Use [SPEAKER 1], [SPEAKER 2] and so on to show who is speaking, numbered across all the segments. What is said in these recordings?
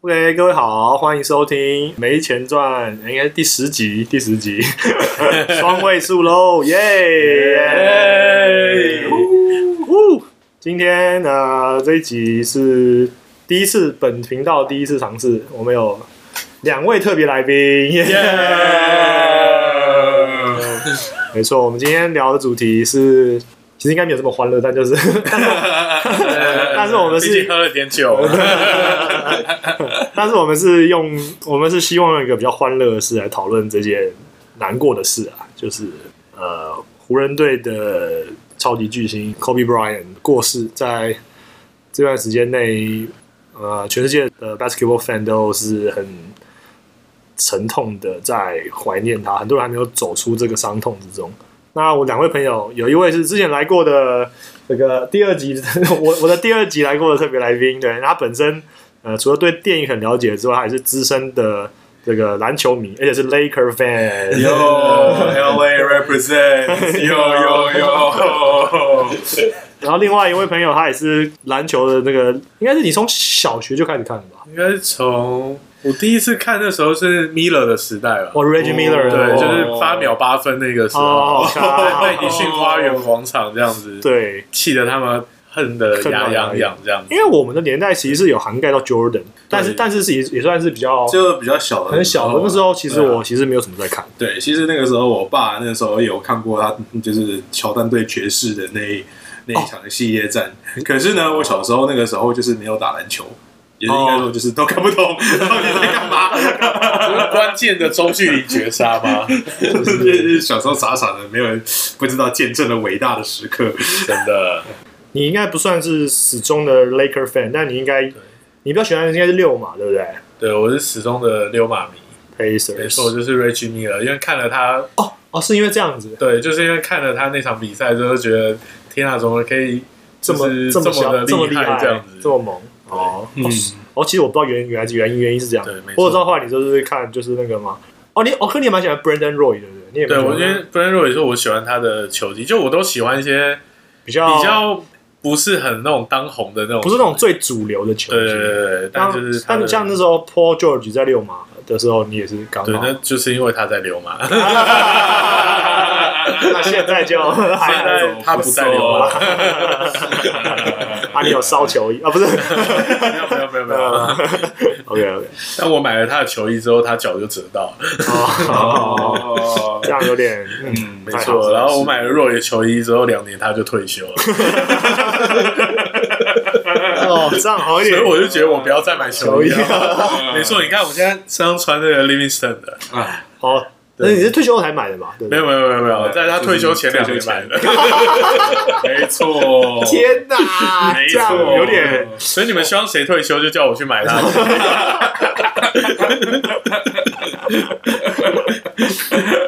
[SPEAKER 1] OK，各位好，欢迎收听《没钱赚》，应该是第十集，第十集，双位数喽，耶、呜呜今天呢，这一集是第一次本频道第一次尝试，我们有两位特别来宾，耶、 没错，我们今天聊的主题是，其实应该没有这么欢乐，但就是 但是我们是
[SPEAKER 2] 毕竟喝了点酒，
[SPEAKER 1] 但是我们是用，我们是希望用一个比较欢乐的事来讨论这件难过的事啊，就是呃，湖人队的超级巨星 Kobe Bryant 过世，在这段时间内，呃，全世界的 basketball fan 都是很沉痛的在怀念他，很多人还没有走出这个伤痛之中。那我两位朋友，有一位是之前来过的这个第二集，我我的第二集来过的特别来宾，对，他本身呃除了对电影很了解之外，他也是资深的这个篮球迷，而且是 Laker fan。
[SPEAKER 2] 有 LA represent，有 有有，
[SPEAKER 1] 然后另外一位朋友，他也是篮球的那个，应该是你从小学就开始看的吧？
[SPEAKER 2] 应该是从我第一次看那时候是 Miller 的时代了。
[SPEAKER 1] 哦，Reggie Miller，
[SPEAKER 2] 对，
[SPEAKER 1] 哦
[SPEAKER 2] 就是八秒八分那个时候，
[SPEAKER 1] 哦好
[SPEAKER 2] 在迪逊花园广场这样子，，
[SPEAKER 1] 对，
[SPEAKER 2] 气得他们恨得牙痒痒这样子
[SPEAKER 1] 因。为我们的年代其实是有涵盖到 Jordan，但是但是是也也算是比较
[SPEAKER 3] 就比较小的，
[SPEAKER 1] 很小的那时候，其实
[SPEAKER 3] 对啊
[SPEAKER 1] 我其实没有什么在看。
[SPEAKER 3] 对，其实那个时候我爸那时候有看过他，就是乔丹对爵士的那一那
[SPEAKER 1] 哦
[SPEAKER 3] 一场系列战。可是呢，我小时候那个时候就是没有打篮球，也是
[SPEAKER 1] 哦
[SPEAKER 3] 应该说就是都看不懂 到底在干嘛，
[SPEAKER 2] 不是关键的中距离绝杀吗？
[SPEAKER 3] 就是小时候傻傻的，没有人不知道见证了伟大的时 刻。
[SPEAKER 2] 真的，
[SPEAKER 1] 你应该不算是始终的 Laker fan，但你应该你比较喜欢的应该是六马，对不对
[SPEAKER 2] 对我是始终的溜马迷，
[SPEAKER 1] ？Pacers，
[SPEAKER 2] 没错，就是 Reggie Miller，因为看了他
[SPEAKER 1] 哦哦，是因为这样子，
[SPEAKER 2] 对，就是因为看了他那场比赛之后，觉得天啊，怎么可以
[SPEAKER 1] 这么
[SPEAKER 2] 就是
[SPEAKER 1] 么
[SPEAKER 2] 么
[SPEAKER 1] 小，
[SPEAKER 2] 的
[SPEAKER 1] 这么
[SPEAKER 2] 厉
[SPEAKER 1] 害，
[SPEAKER 2] 这样子？嗯
[SPEAKER 1] 这么猛哦。哦，是哦，其实我不知道原原来原因原因是这样
[SPEAKER 2] 对没，错
[SPEAKER 1] 我知道话你就是看就是那个嘛。哦，你哦，可你也蛮喜欢 Brandon Roy 对不对？你也蛮
[SPEAKER 2] 对，
[SPEAKER 1] 喜欢
[SPEAKER 2] 我觉得 b r a n d 也说，我喜欢他的球技，就我都喜欢一些
[SPEAKER 1] 比较
[SPEAKER 2] 比较不是很那种当红哦的那种，
[SPEAKER 1] 不是那种最主流的球
[SPEAKER 2] 对对
[SPEAKER 1] 星。
[SPEAKER 2] 对对，但
[SPEAKER 1] 当
[SPEAKER 2] 就是他
[SPEAKER 1] 但
[SPEAKER 2] 的
[SPEAKER 1] 像那时候 Paul George 在六马的时候，你也是刚
[SPEAKER 2] 对，
[SPEAKER 1] 好
[SPEAKER 2] 那。就是因为他在流嘛，
[SPEAKER 1] 那现在就还
[SPEAKER 2] 现在他不在流嘛，
[SPEAKER 1] 啊，你有烧球衣啊？ 不是
[SPEAKER 2] 没有没有没有没有，
[SPEAKER 1] ，OK OK，
[SPEAKER 2] 但我买了他的球衣之后，他脚就折到了，
[SPEAKER 1] 哦，
[SPEAKER 3] 哦，
[SPEAKER 1] 这样有点，嗯，
[SPEAKER 3] 嗯，
[SPEAKER 2] 没
[SPEAKER 3] 没
[SPEAKER 1] 太好
[SPEAKER 2] 错，然后我买了若野球衣之后，两年他就退休 了。
[SPEAKER 1] 哦，这样好一
[SPEAKER 2] 所
[SPEAKER 1] 点
[SPEAKER 2] 以。我就觉得我不要再买球衣啊
[SPEAKER 1] 球衣
[SPEAKER 2] 了。没错，你啊看我现在身上穿那个 Livingston 的，
[SPEAKER 1] 哦，那你是退休后才买的嘛？对不
[SPEAKER 2] 没
[SPEAKER 1] 对
[SPEAKER 2] 有？没有没有没有，在他退休前两年买的。
[SPEAKER 3] 没错，
[SPEAKER 1] 天哪，
[SPEAKER 2] 没错
[SPEAKER 1] 这样有点，
[SPEAKER 2] 所以你们希望谁退休就叫我去买他。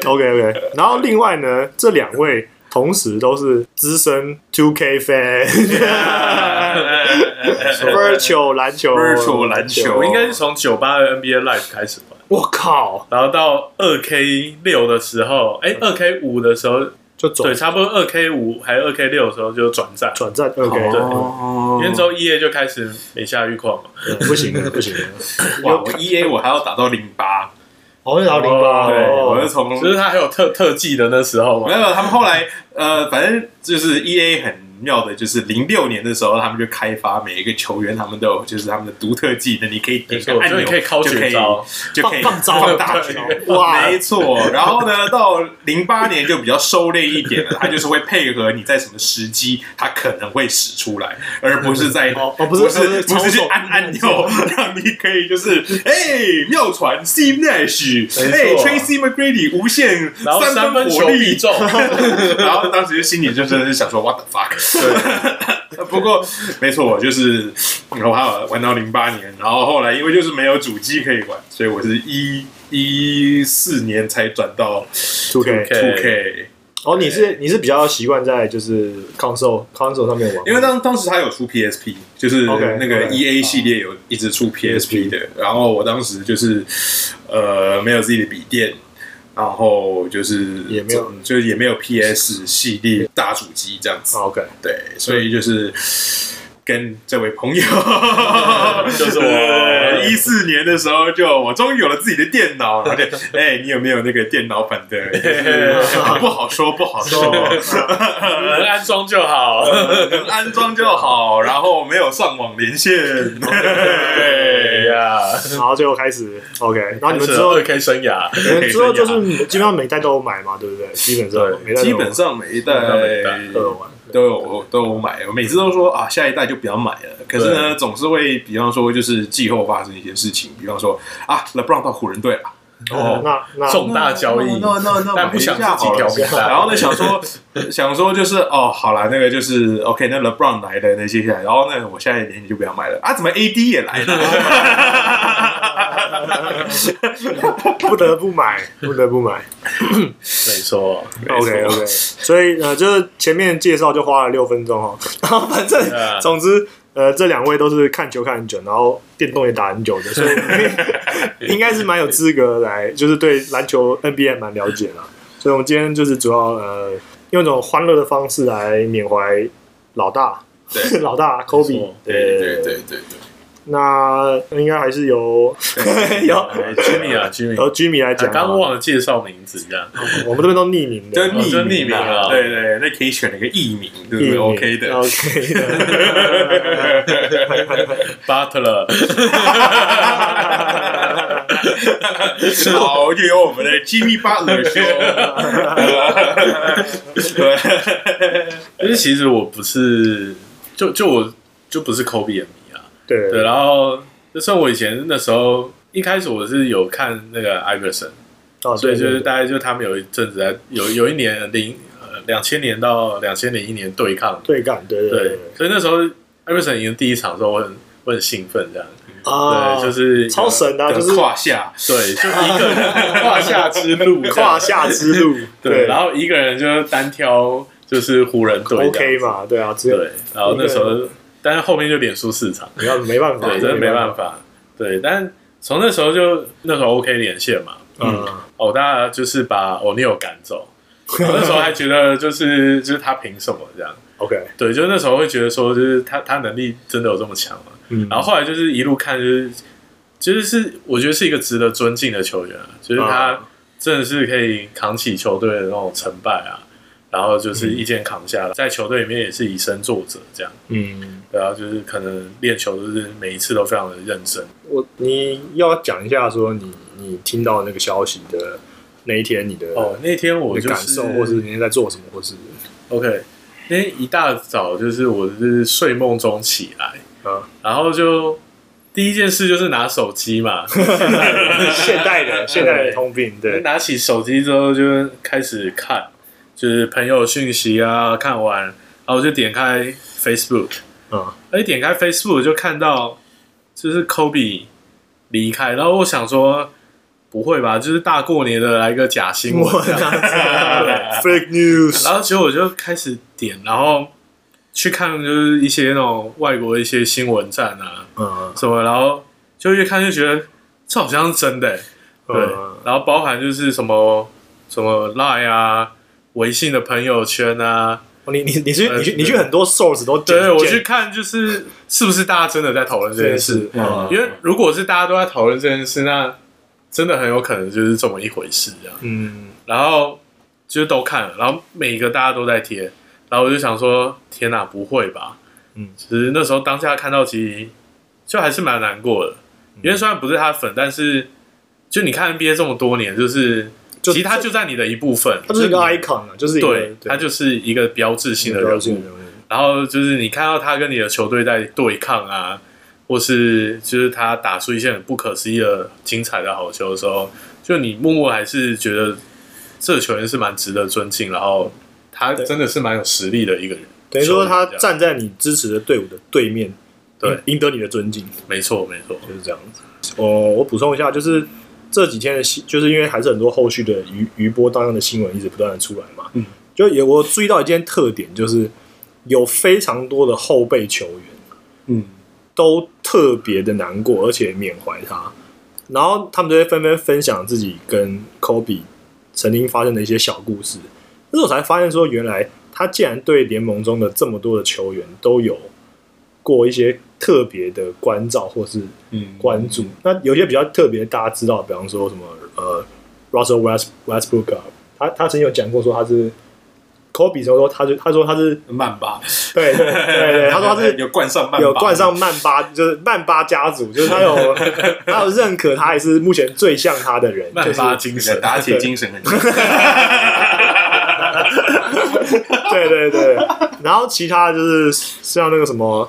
[SPEAKER 1] OK OK，然后另外呢，这两位同时都是资深 Two K fan，Virtual 篮球
[SPEAKER 3] Virtual 篮球
[SPEAKER 2] 我应该是从九八的 NBA Live 开始玩，
[SPEAKER 1] 我靠，
[SPEAKER 2] 然后到二 K 六的时候，哎，二 K 五的时候，
[SPEAKER 1] 就转
[SPEAKER 2] 对，差不多二 K 五还二 K 六的时候就转战，
[SPEAKER 1] 转战 OK，
[SPEAKER 2] 对
[SPEAKER 3] 哦
[SPEAKER 2] 因为之后一 E A 就开始美夏玉矿嘛，
[SPEAKER 1] 对不行了，不行了，
[SPEAKER 3] 哇，我 E A 我还要打到零八，
[SPEAKER 1] 好像打零八，
[SPEAKER 2] 哦
[SPEAKER 3] 对，我是
[SPEAKER 1] 哦
[SPEAKER 3] 从
[SPEAKER 2] 就是他还有特特技的那时候
[SPEAKER 3] 没
[SPEAKER 2] 嘛，
[SPEAKER 3] 有，没有他们后来呃，反正就是 E A 很妙的，就是零六年的时候，他们就开发每一个球员，他们都有就是他们的独特技哎能，你可以
[SPEAKER 2] 没
[SPEAKER 3] 点
[SPEAKER 2] 错
[SPEAKER 3] 个，按
[SPEAKER 2] 就
[SPEAKER 3] 钮
[SPEAKER 2] 你可以敲
[SPEAKER 3] 就可
[SPEAKER 2] 绝
[SPEAKER 3] 以
[SPEAKER 2] 招，
[SPEAKER 3] 就可以
[SPEAKER 1] 放放招
[SPEAKER 3] 放大绝。
[SPEAKER 1] 哇
[SPEAKER 3] 没错，然后呢，到零八年就比较收敛一点了，他就是会配合你在什么时机，他可能会使出来，而不是在
[SPEAKER 1] 哦哦不
[SPEAKER 3] 不
[SPEAKER 1] 是
[SPEAKER 3] 是
[SPEAKER 1] 不是
[SPEAKER 3] 不是去
[SPEAKER 1] 操作
[SPEAKER 3] 按按钮，让你可以就是哎妙传 Steve Nash，
[SPEAKER 2] 没错
[SPEAKER 3] 哎 Tracy McGrady 无限
[SPEAKER 2] 然后
[SPEAKER 3] 三
[SPEAKER 2] 三分
[SPEAKER 3] 火
[SPEAKER 2] 球
[SPEAKER 3] 力
[SPEAKER 2] 必中。
[SPEAKER 3] 然后当时就心里就真的是想说 what the fuck。不 过没错，我就是我还有玩到零八年，然后后来因为就是没有主机可以玩，所以我是一一四年才转到
[SPEAKER 1] ，Two K，
[SPEAKER 3] 2K。
[SPEAKER 1] 哦，你是你是比较习惯在就是 console console 上面玩，
[SPEAKER 3] 因为当当时他有出 PSP，就是
[SPEAKER 1] OK，
[SPEAKER 3] 那个
[SPEAKER 1] OK，嗯
[SPEAKER 3] EA 系列有一直出 PSP 的。然后我当时就是呃没有自己的笔电，然后就是
[SPEAKER 1] 也没有
[SPEAKER 3] 就是也没有 PS 系列大主机这样子。
[SPEAKER 1] 哦 OK，
[SPEAKER 3] 对，所以就是跟这位朋友，
[SPEAKER 1] 就是我
[SPEAKER 3] 一四年的时候就，我终于有了自己的电脑，然后就哎，你有没有那个电脑版的？不好说，不好说，
[SPEAKER 2] 能 安装就好。
[SPEAKER 3] 能安装就好，然后没有上网连线。
[SPEAKER 2] 对哎呀，
[SPEAKER 1] 然后就开始 OK，然后你们之后
[SPEAKER 2] 二 K 生涯，
[SPEAKER 1] 你们之后就是基本上每代都有买嘛，对不对？基本上
[SPEAKER 2] 对
[SPEAKER 1] 每代都有
[SPEAKER 3] 基本上哦每一代
[SPEAKER 1] 都有玩，
[SPEAKER 3] 都有都有买，我每次都说啊，下一代就不要买了。可是呢，总是会，比方说就是季后发生一些事情，比方说啊，LeBron 到湖人队了，
[SPEAKER 1] 哦，那那
[SPEAKER 2] 重大交易，
[SPEAKER 3] 那那那
[SPEAKER 2] 但不想自己调皮蛋
[SPEAKER 3] 然后呢，想说想说就是哦，好了，那个就是 OK，那 LeBron 来了，那接下来，然后呢，我下一年你就不要买了啊？怎么 AD 也来
[SPEAKER 2] 啊
[SPEAKER 3] 了？
[SPEAKER 1] 不得不买，不得不 买。
[SPEAKER 2] 没错，
[SPEAKER 1] OK OK，所以呃，就是前面介绍就花了六分钟哦，然后反正、
[SPEAKER 3] 啊
[SPEAKER 2] Yeah.
[SPEAKER 1] 总之呃，这两位都是看球看很久，然后电动也打很久的， 所以应该是蛮有资格来，就是对篮球 NBA 蛮了解的。所以我们今天就是主要呃，用一种欢乐的方式来缅怀老大，
[SPEAKER 3] 对
[SPEAKER 1] 老大 Kobe，
[SPEAKER 2] 错
[SPEAKER 3] 对对对对对，
[SPEAKER 1] 那应该还是由由
[SPEAKER 2] 哎 Jimmy 啊
[SPEAKER 1] 由
[SPEAKER 2] ，Jimmy，
[SPEAKER 1] Jimmy 来讲
[SPEAKER 2] 刚
[SPEAKER 1] 啊，
[SPEAKER 2] 刚忘了介绍名字，这样
[SPEAKER 1] 我们这边都匿名的，
[SPEAKER 3] 就
[SPEAKER 2] 哦就匿
[SPEAKER 3] 匿
[SPEAKER 2] 名
[SPEAKER 3] 啊
[SPEAKER 2] 啊
[SPEAKER 3] 对对，那可以选一个艺名，对
[SPEAKER 1] 匿
[SPEAKER 3] 不对
[SPEAKER 1] 名哦
[SPEAKER 3] ？OK 的，
[SPEAKER 1] ，OK 的。
[SPEAKER 2] Butler，
[SPEAKER 3] 好，就哦由我们的 Jimmy Butler 说。对，
[SPEAKER 2] 因为其实我不是，就就我就不是 Kobe 的迷啊，
[SPEAKER 1] 对
[SPEAKER 2] 对，然后就算我以前那时候一开始我是有看那个 Iverson，
[SPEAKER 1] 哦，
[SPEAKER 2] 所
[SPEAKER 1] 对，
[SPEAKER 2] 以就是
[SPEAKER 1] 对
[SPEAKER 2] 大概就他们有一阵子在有有一年零呃两千年到两千零一年对抗，
[SPEAKER 1] 对干，对对
[SPEAKER 2] 对，所以那时候 Iverson 赢第一场的时候，我很我很兴奋这样，
[SPEAKER 1] 啊，
[SPEAKER 2] 对，就是
[SPEAKER 1] 超神的啊，就是
[SPEAKER 3] 胯下，
[SPEAKER 2] 对，就一个人 胯下之路，
[SPEAKER 1] 胯下之路，
[SPEAKER 2] 对，然后一个人就单挑就是湖人队这样
[SPEAKER 1] OK 嘛，对啊，只有
[SPEAKER 2] 对，然后那时候但是后面就连输四场。
[SPEAKER 1] 你要没办法，
[SPEAKER 2] 对，真的没办
[SPEAKER 1] 法，
[SPEAKER 2] 法。对，但从那时候就那时候 OK 连线嘛，
[SPEAKER 1] 嗯，
[SPEAKER 2] 哦，大家就是把 o n e i l 赶走。我那时候还觉得就是就是他凭什么这样？
[SPEAKER 1] ，OK，
[SPEAKER 2] 对，就那时候会觉得说就是他他能力真的有这么强吗？
[SPEAKER 1] 嗯，
[SPEAKER 2] 然后后来就是一路看就是其实是我觉得是一个值得尊敬的球员啊，就是他
[SPEAKER 1] 啊
[SPEAKER 2] 真的是可以扛起球队的那种成败啊，然后就是一肩扛下来，在球队里面也是以身作则这样。
[SPEAKER 1] 嗯，
[SPEAKER 2] 对啊，就是可能练球都是每一次都非常的认真。
[SPEAKER 1] 我你要讲一下说你你听到那个消息的那一天，你的
[SPEAKER 2] 哦，那天我
[SPEAKER 1] 你
[SPEAKER 2] 就
[SPEAKER 1] 的感
[SPEAKER 2] 是
[SPEAKER 1] 受，或是你在做什么，或 是
[SPEAKER 2] OK，那天一大早就是我是睡梦中起来，
[SPEAKER 1] 啊，
[SPEAKER 2] 然后就第一件事就是拿手机 嘛，
[SPEAKER 1] 现代的现代的通病，对，
[SPEAKER 2] 拿起手机之后就开始看，就是朋友讯息啊，看完，然后我就点开 Facebook，
[SPEAKER 1] 嗯，
[SPEAKER 2] 而一点开 Facebook 就看到就是 Kobe 离开，然后我想说。不会吧？就是大过年的来个假新闻
[SPEAKER 1] 我
[SPEAKER 2] 这样，
[SPEAKER 1] fake news，
[SPEAKER 2] 然后结果我就开始点，然后去看就是一些那种外国的一些新闻站啊
[SPEAKER 1] 嗯，
[SPEAKER 2] 什么，然后就越看就觉得这好像是真的欸、 对。
[SPEAKER 1] 嗯
[SPEAKER 2] 然后包含就是什么什么 Line 啊、微信的朋友圈啊，
[SPEAKER 1] 你你你去你去你去很多 source 都
[SPEAKER 2] 对我去
[SPEAKER 1] 去
[SPEAKER 2] 看就是是不是大家真的在讨论这件事？
[SPEAKER 1] 嗯
[SPEAKER 2] 因为如果是大家都在讨论这件事，那真的很有可能就是这么一回事这样。
[SPEAKER 1] 嗯，
[SPEAKER 2] 然后就是都看了，然后每个大家都在贴，然后我就想说，天哪、不会吧？
[SPEAKER 1] 嗯
[SPEAKER 2] 其实那时候当下看到，其实就还是蛮难过的，
[SPEAKER 1] 嗯
[SPEAKER 2] 因为虽然不是他粉，但是就你看 NBA 这么多年，就是
[SPEAKER 1] 就
[SPEAKER 2] 其实他就在你的一部分，
[SPEAKER 1] 他就是一个
[SPEAKER 2] 就
[SPEAKER 1] icon 啊，就是一
[SPEAKER 2] 你
[SPEAKER 1] 个
[SPEAKER 2] 对，他就是一个标志性的人
[SPEAKER 1] 标志
[SPEAKER 2] 物
[SPEAKER 1] 性。人物，
[SPEAKER 2] 然后就是你看到他跟你的球队在对抗啊，或是就是他打出一些很不可思议的精彩的好球的时候，就你默默还是觉得这个球员是蛮值得尊敬，然后他真的是蛮有实力的一个人。
[SPEAKER 1] 等于说他
[SPEAKER 2] 球员这
[SPEAKER 1] 站
[SPEAKER 2] 样
[SPEAKER 1] 在你支持的队伍的对面，
[SPEAKER 2] 对
[SPEAKER 1] 赢，赢得你的尊敬，
[SPEAKER 2] 没错没错，
[SPEAKER 1] 就是这样子。哦，我补充一下，就是这几天的新，就是因为还是很多后续的余余波当中的新闻一直不断的出来嘛，
[SPEAKER 3] 嗯，
[SPEAKER 1] 就也我注意到一件特点，就是有非常多的后备球员
[SPEAKER 3] 嗯，
[SPEAKER 1] 都特别的难过，而且缅怀他，然后他们就会纷纷分享自己跟科比曾经发生的一些小故事。那时候我才发现说，原来他竟然对联盟中的这么多的球员都有过一些特别的关照或是
[SPEAKER 3] 嗯
[SPEAKER 1] 关注。那有些比较特别，大家知道，比方说什么呃，Russell West Westbrook，啊他他曾经有讲过说他是 Kobe 时候说他就他说他是
[SPEAKER 3] 曼巴，
[SPEAKER 1] 对对对对， 他说他是
[SPEAKER 3] 有冠上曼巴，
[SPEAKER 1] 有冠上曼巴，就是曼巴家族，就是他 有他有认可他也是目前最像他的 人，
[SPEAKER 2] 曼
[SPEAKER 1] 就是
[SPEAKER 2] 巴精神，
[SPEAKER 3] 打铁精神很强。
[SPEAKER 1] 对对对，然后其他就是像那个什么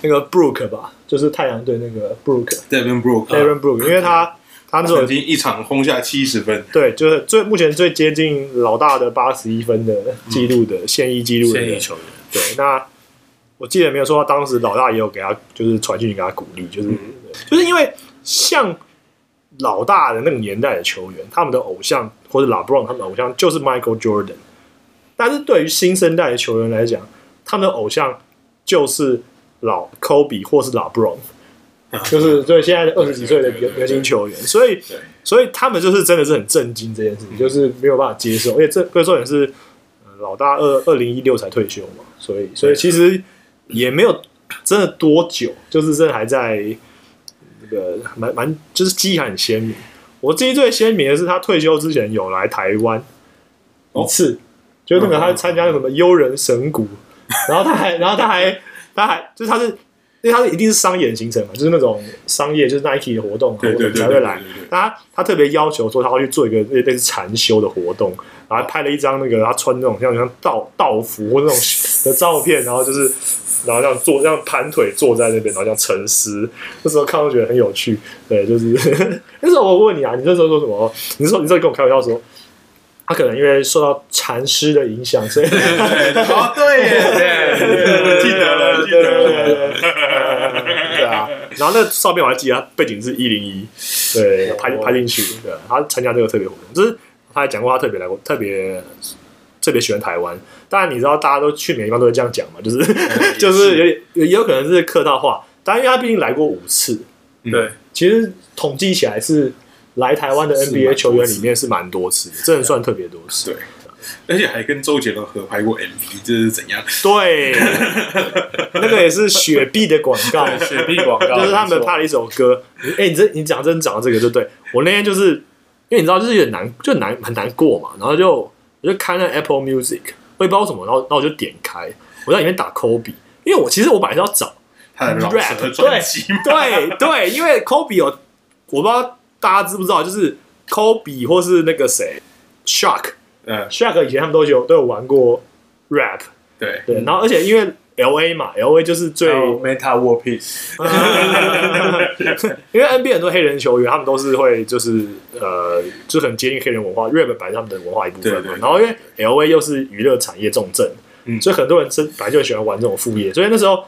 [SPEAKER 1] 那个 Brook 吧，就是太阳队那个 Brook
[SPEAKER 3] Devin
[SPEAKER 1] d a r
[SPEAKER 3] Brook
[SPEAKER 1] o n Brook，因为他啊他那时候
[SPEAKER 3] 曾经一场轰下七十分，
[SPEAKER 1] 对，就是最目前最接近老大的八十一分的记录的现役记录的
[SPEAKER 2] 嗯现役
[SPEAKER 1] 人。
[SPEAKER 2] 球员。
[SPEAKER 1] 对，那我记得没有错，当时老大也有给他就是传讯给他鼓励，就是、就是因为像老大的那个年代的球员，他们的偶像或者拉布朗他们的偶像就是 Michael Jordan，但是对于新生代的球员来讲，他们的偶像就是老 Kobe 或是拉布朗。就是啊对现在的二十几岁的年年轻球员，所以
[SPEAKER 3] 对
[SPEAKER 1] 所以他们就是真的是很震惊这件事情，就是没有办法接受，而且这贵重点是、呃老大二二零一六才退休嘛，所以所以其实也没有真的多久，就是这还在那个蛮蛮就是记忆还很鲜明。我记忆最鲜明的是他退休之前有来台湾一次，就那个他参加什么悠人神谷，然后他还然后他还他还就是他是。因为他是一定是商演行程嘛，就是那种商业，就是 Nike 的活动啊，
[SPEAKER 3] 对对对对
[SPEAKER 1] 才
[SPEAKER 3] 对
[SPEAKER 1] 会
[SPEAKER 3] 对
[SPEAKER 1] 来。
[SPEAKER 3] 对
[SPEAKER 1] 他他特别要求说他要去做一个类类似禅修的活动，然后拍了一张那个他穿那种像像道道服或那种的照片，然后就是然后这样坐这样盘腿坐在那边，然后这样沉思。那时候看我觉得很有趣，对，就是 那时候我问你啊，你那时候说什么？你说你说跟我开玩笑说。他可能因为受到禅师的影响，所以
[SPEAKER 3] 对，哦对耶，对，记得了，记得了。
[SPEAKER 1] 对啊，然后那个照片我还记得，他背景是一零一，对，拍拍进去，对，他参加这个特别活动，就是他还讲过他特别来过，特别特别喜欢台湾。当然你知道大家都去每个地方都会这样讲嘛，就是
[SPEAKER 3] 嗯
[SPEAKER 1] 就是有点也有可能是客套话，当然因为他毕竟来过五次，
[SPEAKER 3] 嗯
[SPEAKER 2] 对，
[SPEAKER 1] 其实统计起来是来台湾的
[SPEAKER 3] 是蛮
[SPEAKER 1] NBA
[SPEAKER 3] 多
[SPEAKER 1] 球员
[SPEAKER 3] 次
[SPEAKER 1] 里面是蛮多次的，真的算特别多次。
[SPEAKER 3] 对而且还跟周杰伦合拍过 MV，这是怎样？
[SPEAKER 1] 对， 那个也是雪碧的广告，
[SPEAKER 2] 雪碧广告
[SPEAKER 1] 就是他们拍了一首歌。你哎、你这你讲真讲到这个就对我那天就是因为你知道就是有点难，就难很难过嘛，然后就我就开那 Apple Music，我也不知道为什么，然后然后我就点开，我在里面打 Kobe，因为我其实我本来是要找
[SPEAKER 3] 他的老
[SPEAKER 1] rap
[SPEAKER 3] 舌专辑嘛，
[SPEAKER 1] 对对，因为 Kobe 有，我不知道大家知不知道，就是 Kobe 或是那个谁 Shark
[SPEAKER 3] 嗯，
[SPEAKER 1] Shark 以前他们都有都有玩过 rap，
[SPEAKER 3] 对，
[SPEAKER 1] 对，然后而且因为 L A 嘛，L A 就是最，
[SPEAKER 2] 还有 Meta War Piece，
[SPEAKER 1] 因为 N B 很多黑人球员，他们都是会就是呃，就很接近黑人文化，日本本来是他们的文化一部分嘛。
[SPEAKER 3] 对对对
[SPEAKER 1] 然后因为 L A 又是娱乐产业重镇，
[SPEAKER 3] 嗯
[SPEAKER 1] 所以很多人真本来就很喜欢玩这种副业，所以那时候。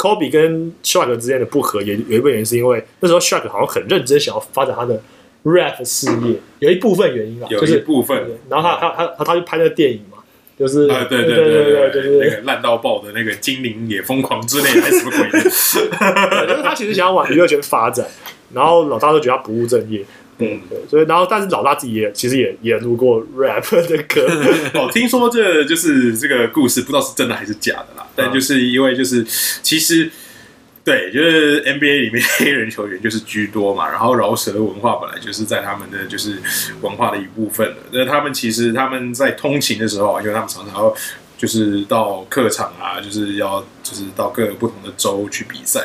[SPEAKER 1] Kobe 跟 Shaq 之间的不和也有一部分原因是因为那时候 Shaq 好像很认真想要发展他的 rap 事业，有一部分原因啦，
[SPEAKER 3] 有
[SPEAKER 1] 就
[SPEAKER 3] 一
[SPEAKER 1] 是
[SPEAKER 3] 部分
[SPEAKER 1] 然后他他他他去拍那个电影嘛，就是
[SPEAKER 3] 啊，对
[SPEAKER 1] 对
[SPEAKER 3] 对
[SPEAKER 1] 对，就
[SPEAKER 3] 对
[SPEAKER 1] 是
[SPEAKER 3] 那个烂到爆的那个精灵也疯狂之类的，还是什么鬼的？
[SPEAKER 1] 对就是他其实想要往娱乐圈发展，然后老大都觉得他不务正业，
[SPEAKER 3] 嗯，
[SPEAKER 1] 对，所以然后但是老大自己也其实也也录过 rap 的歌，
[SPEAKER 3] 哦，听说这就是这个故事，不知道是真的还是假的啦。但就是因为就是其实对，就是 NBA 里面黑人球员就是居多嘛，然后饶舌文化本来就是在他们的就是文化的一部分了。那他们其实他们在通勤的时候啊，因为他们常常要就是到客场啊，就是要就是到各个不同的州去比赛。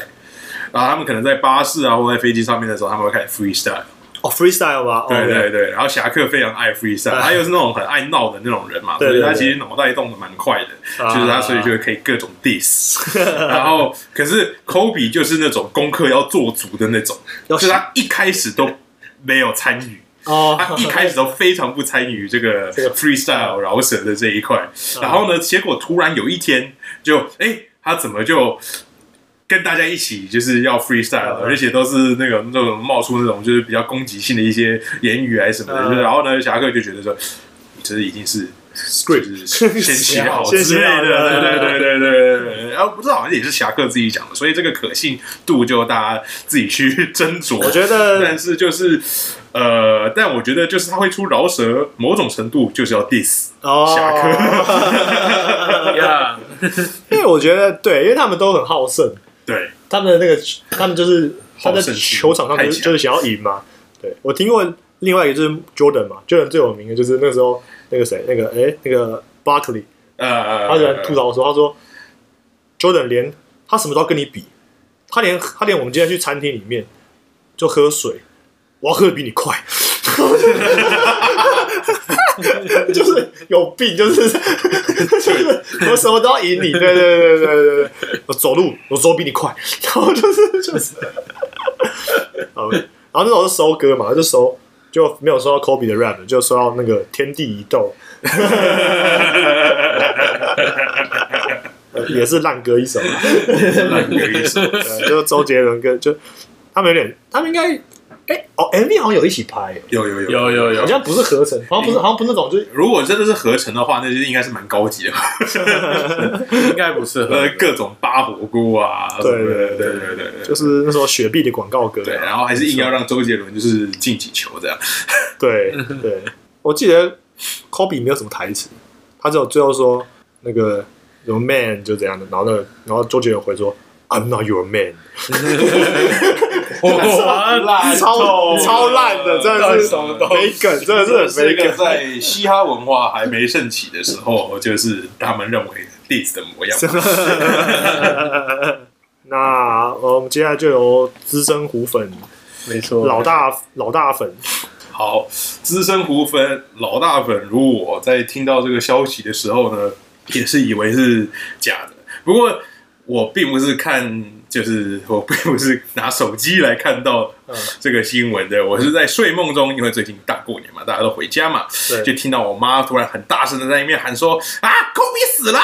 [SPEAKER 3] 然后他们可能在巴士啊，或在飞机上面的时候，他们会开始 freestyle。
[SPEAKER 1] 哦 freestyle 吧，哦
[SPEAKER 3] 对对对，然后侠客非常爱 freestyle，他又是那种很爱闹的那种人嘛，
[SPEAKER 1] 哎对
[SPEAKER 3] 所
[SPEAKER 1] 对
[SPEAKER 3] 以
[SPEAKER 1] 对
[SPEAKER 3] 他其实脑袋动的蛮快的，
[SPEAKER 1] 啊
[SPEAKER 3] 就是他所以就可以各种 diss，然后可是 Kobe 就是那种功课要做足的那种，
[SPEAKER 1] 要
[SPEAKER 3] 就是他一开始都没有参与。
[SPEAKER 1] 哦
[SPEAKER 3] 他一开始都非常不参与这个
[SPEAKER 1] 这个
[SPEAKER 3] freestyle 饶舌的这一块，然后呢，结果突然有一天就哎、诶他怎么就跟大家一起就是要 freestyle，了、
[SPEAKER 1] 嗯
[SPEAKER 3] 而且都是那种那种冒出那种就是比较攻击性的一些言语还是什么的，
[SPEAKER 1] 嗯
[SPEAKER 3] 就是然后呢，侠客就觉得说，这一定是
[SPEAKER 1] script
[SPEAKER 3] 先写好
[SPEAKER 1] 先
[SPEAKER 3] 之
[SPEAKER 1] 写
[SPEAKER 3] 类
[SPEAKER 1] 好嗯
[SPEAKER 3] 的，
[SPEAKER 1] 的
[SPEAKER 3] 对对对对对对对。然后不知道好像也是侠客自己讲的，所以这个可信度就大家自己去斟酌。
[SPEAKER 1] 我觉得
[SPEAKER 3] 但是就是呃，但我觉得就是他会出饶舌，某种程度就是要 diss
[SPEAKER 1] 哦，
[SPEAKER 3] 侠客。
[SPEAKER 2] 呀，
[SPEAKER 1] 因为我觉得对，因为他们都很好胜，
[SPEAKER 3] 对，
[SPEAKER 1] 他们的那个他们就是他
[SPEAKER 3] 好
[SPEAKER 1] 在
[SPEAKER 3] 胜心
[SPEAKER 1] 球场上就是
[SPEAKER 3] 太强
[SPEAKER 1] 就是想要赢嘛。对我听过另外一个就是 Jordan 嘛，Jordan 最有名的就是那时候那个谁，那个哎那个 Barkley，
[SPEAKER 3] 呃，
[SPEAKER 1] 他就吐槽说，他说 Jordan 连他什么都要跟你比，他连他连我们今天去餐厅里面就喝水，我要喝的比你快。 就是有病，就是就是我什么都要赢你，对对对对对对，我走路我走比你快，然后就是就是，好然后那时候是收割嘛，就收就没有收到 Kobe 的 rap，就收到那个天地一斗，呃也是烂歌一首啊，
[SPEAKER 3] 烂歌一首，
[SPEAKER 1] 呃就是周杰伦跟就他们有点，他们应该哎哦 MV 好像有一起拍，
[SPEAKER 3] 有有有
[SPEAKER 2] 有有有
[SPEAKER 1] 好，像不是合成，好像不是好像不是那种就是
[SPEAKER 3] 如果真的是合成的话，那就应该是蛮高级的，
[SPEAKER 2] 应该不 适合
[SPEAKER 3] 呃，各种扒火锅啊，
[SPEAKER 1] 对
[SPEAKER 3] 什么的
[SPEAKER 1] 对对
[SPEAKER 3] 对对对对
[SPEAKER 1] 就是那时候雪碧的广告歌啊，
[SPEAKER 3] 对，然后还是硬要让周杰伦就是进几球这样，
[SPEAKER 1] 对对，我记得 Kobe 没有什么台词，他只有最后说那个什么 man 就这样的，然后那个然后周杰伦回说 I'm not your man，
[SPEAKER 2] 哇，
[SPEAKER 1] 超超烂的，真
[SPEAKER 2] 到
[SPEAKER 1] 的
[SPEAKER 2] 底
[SPEAKER 1] 是
[SPEAKER 2] 什么东西
[SPEAKER 1] 没梗，真
[SPEAKER 3] 这
[SPEAKER 1] 的是
[SPEAKER 3] 是
[SPEAKER 1] 没
[SPEAKER 3] 一个
[SPEAKER 1] 梗。
[SPEAKER 3] 在嘻哈文化还没盛起的时候，就是他们认为 diss 的模样。
[SPEAKER 1] 那呃我们接下来就由资深虎粉
[SPEAKER 2] 没错，
[SPEAKER 1] 老大老大粉，
[SPEAKER 3] 好，资深胡粉老大粉，如我在听到这个消息的时候呢，也是以为是假的。不过我并不是看，就是我并不是拿手机来看到这个新闻的，我是在睡梦中，因为最近大过年嘛，大家都回家嘛，
[SPEAKER 1] 对
[SPEAKER 3] 就听到我妈突然很大声的在那边喊说：“啊，科比死了！”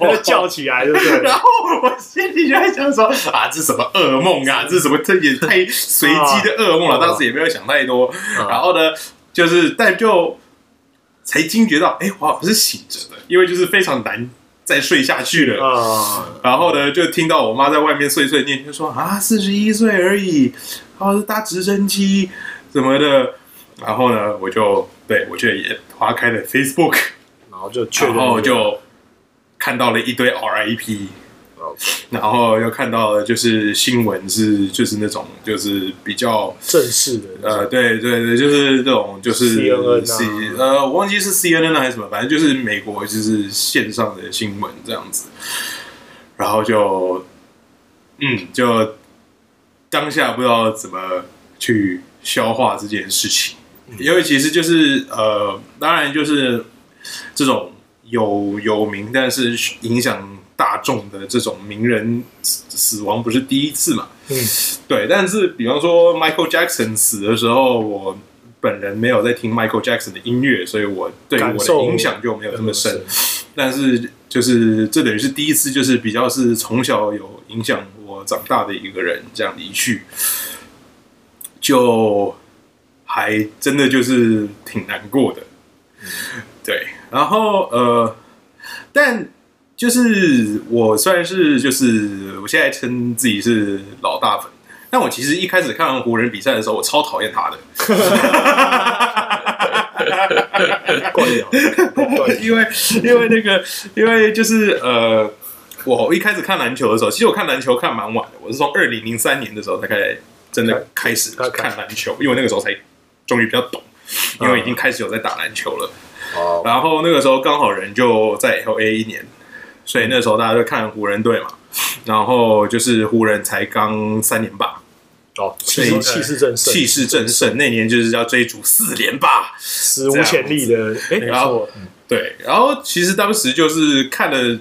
[SPEAKER 1] 那个 叫起来，对不 对？
[SPEAKER 3] 然后我心里就在想说 啊，这什么噩梦啊，这什么这也太随机的噩梦了。
[SPEAKER 1] 啊
[SPEAKER 3] 当时也没有想太多，然后呢，就是但就才惊觉到，哎，我好像是醒着的，因为就是非常难再睡下去了。
[SPEAKER 1] 啊，
[SPEAKER 3] 然后呢，就听到我妈在外面碎碎念，就说啊，四十一岁而已，然后搭直升机什么的。然后呢，我就对我就也划开了 Facebook，
[SPEAKER 1] 然后就确
[SPEAKER 3] 然
[SPEAKER 1] 认，
[SPEAKER 3] 后就看到了一堆 RIP，然后又看到了就是新闻是就是那种就是比较
[SPEAKER 1] 正式的
[SPEAKER 3] 呃对对对，就是这种就是
[SPEAKER 1] CNN 啊
[SPEAKER 3] C 呃我忘记是 CNN 还是什么，反正就是美国就是线上的新闻这样子，然后就嗯就当下不知道怎么去消化这件事情，因为其实就是呃当然就是这种有有名但是影响大众的这种名人死死亡不是第一次嘛。
[SPEAKER 1] 嗯，
[SPEAKER 3] 对，但是比方说 Michael Jackson 死的时候，我本人没有在听 Michael Jackson 的音乐，所以我对
[SPEAKER 1] 感
[SPEAKER 3] 我的
[SPEAKER 1] 受
[SPEAKER 3] 影响就没有这么深。但是就是这等于是第一次，就是比较是从小有影响我长大的一个人这样离去，就还真的就是挺难过的。对，然后呃，但就是我虽然是就是我现在称自己是老大粉，但我其实一开始看湖人比赛的时候，我超讨厌他的。
[SPEAKER 1] 怪 鸟，对，
[SPEAKER 3] 因为因为那个，因为就是呃，我一开始看篮球的时候，其实我看篮球看蛮晚的，我是从二零零三年的时候才开始真的开始
[SPEAKER 1] 开
[SPEAKER 3] 看篮球，因为我那个时候才终于比较懂，因为已经开始有在打篮球了。
[SPEAKER 1] 哦
[SPEAKER 3] 然后那个时候刚好人就在 L A 一年，所以那时候大家就看湖人队嘛，然后就是湖人才刚三连霸，
[SPEAKER 1] 哦，气
[SPEAKER 3] 所
[SPEAKER 1] 势
[SPEAKER 3] 以
[SPEAKER 1] 气势正盛，
[SPEAKER 3] 气势正盛，那年就是要追逐四连霸。
[SPEAKER 1] 史无前例的，哎，没
[SPEAKER 3] 然后
[SPEAKER 1] 错，
[SPEAKER 3] 对，然后其实当时就是看了，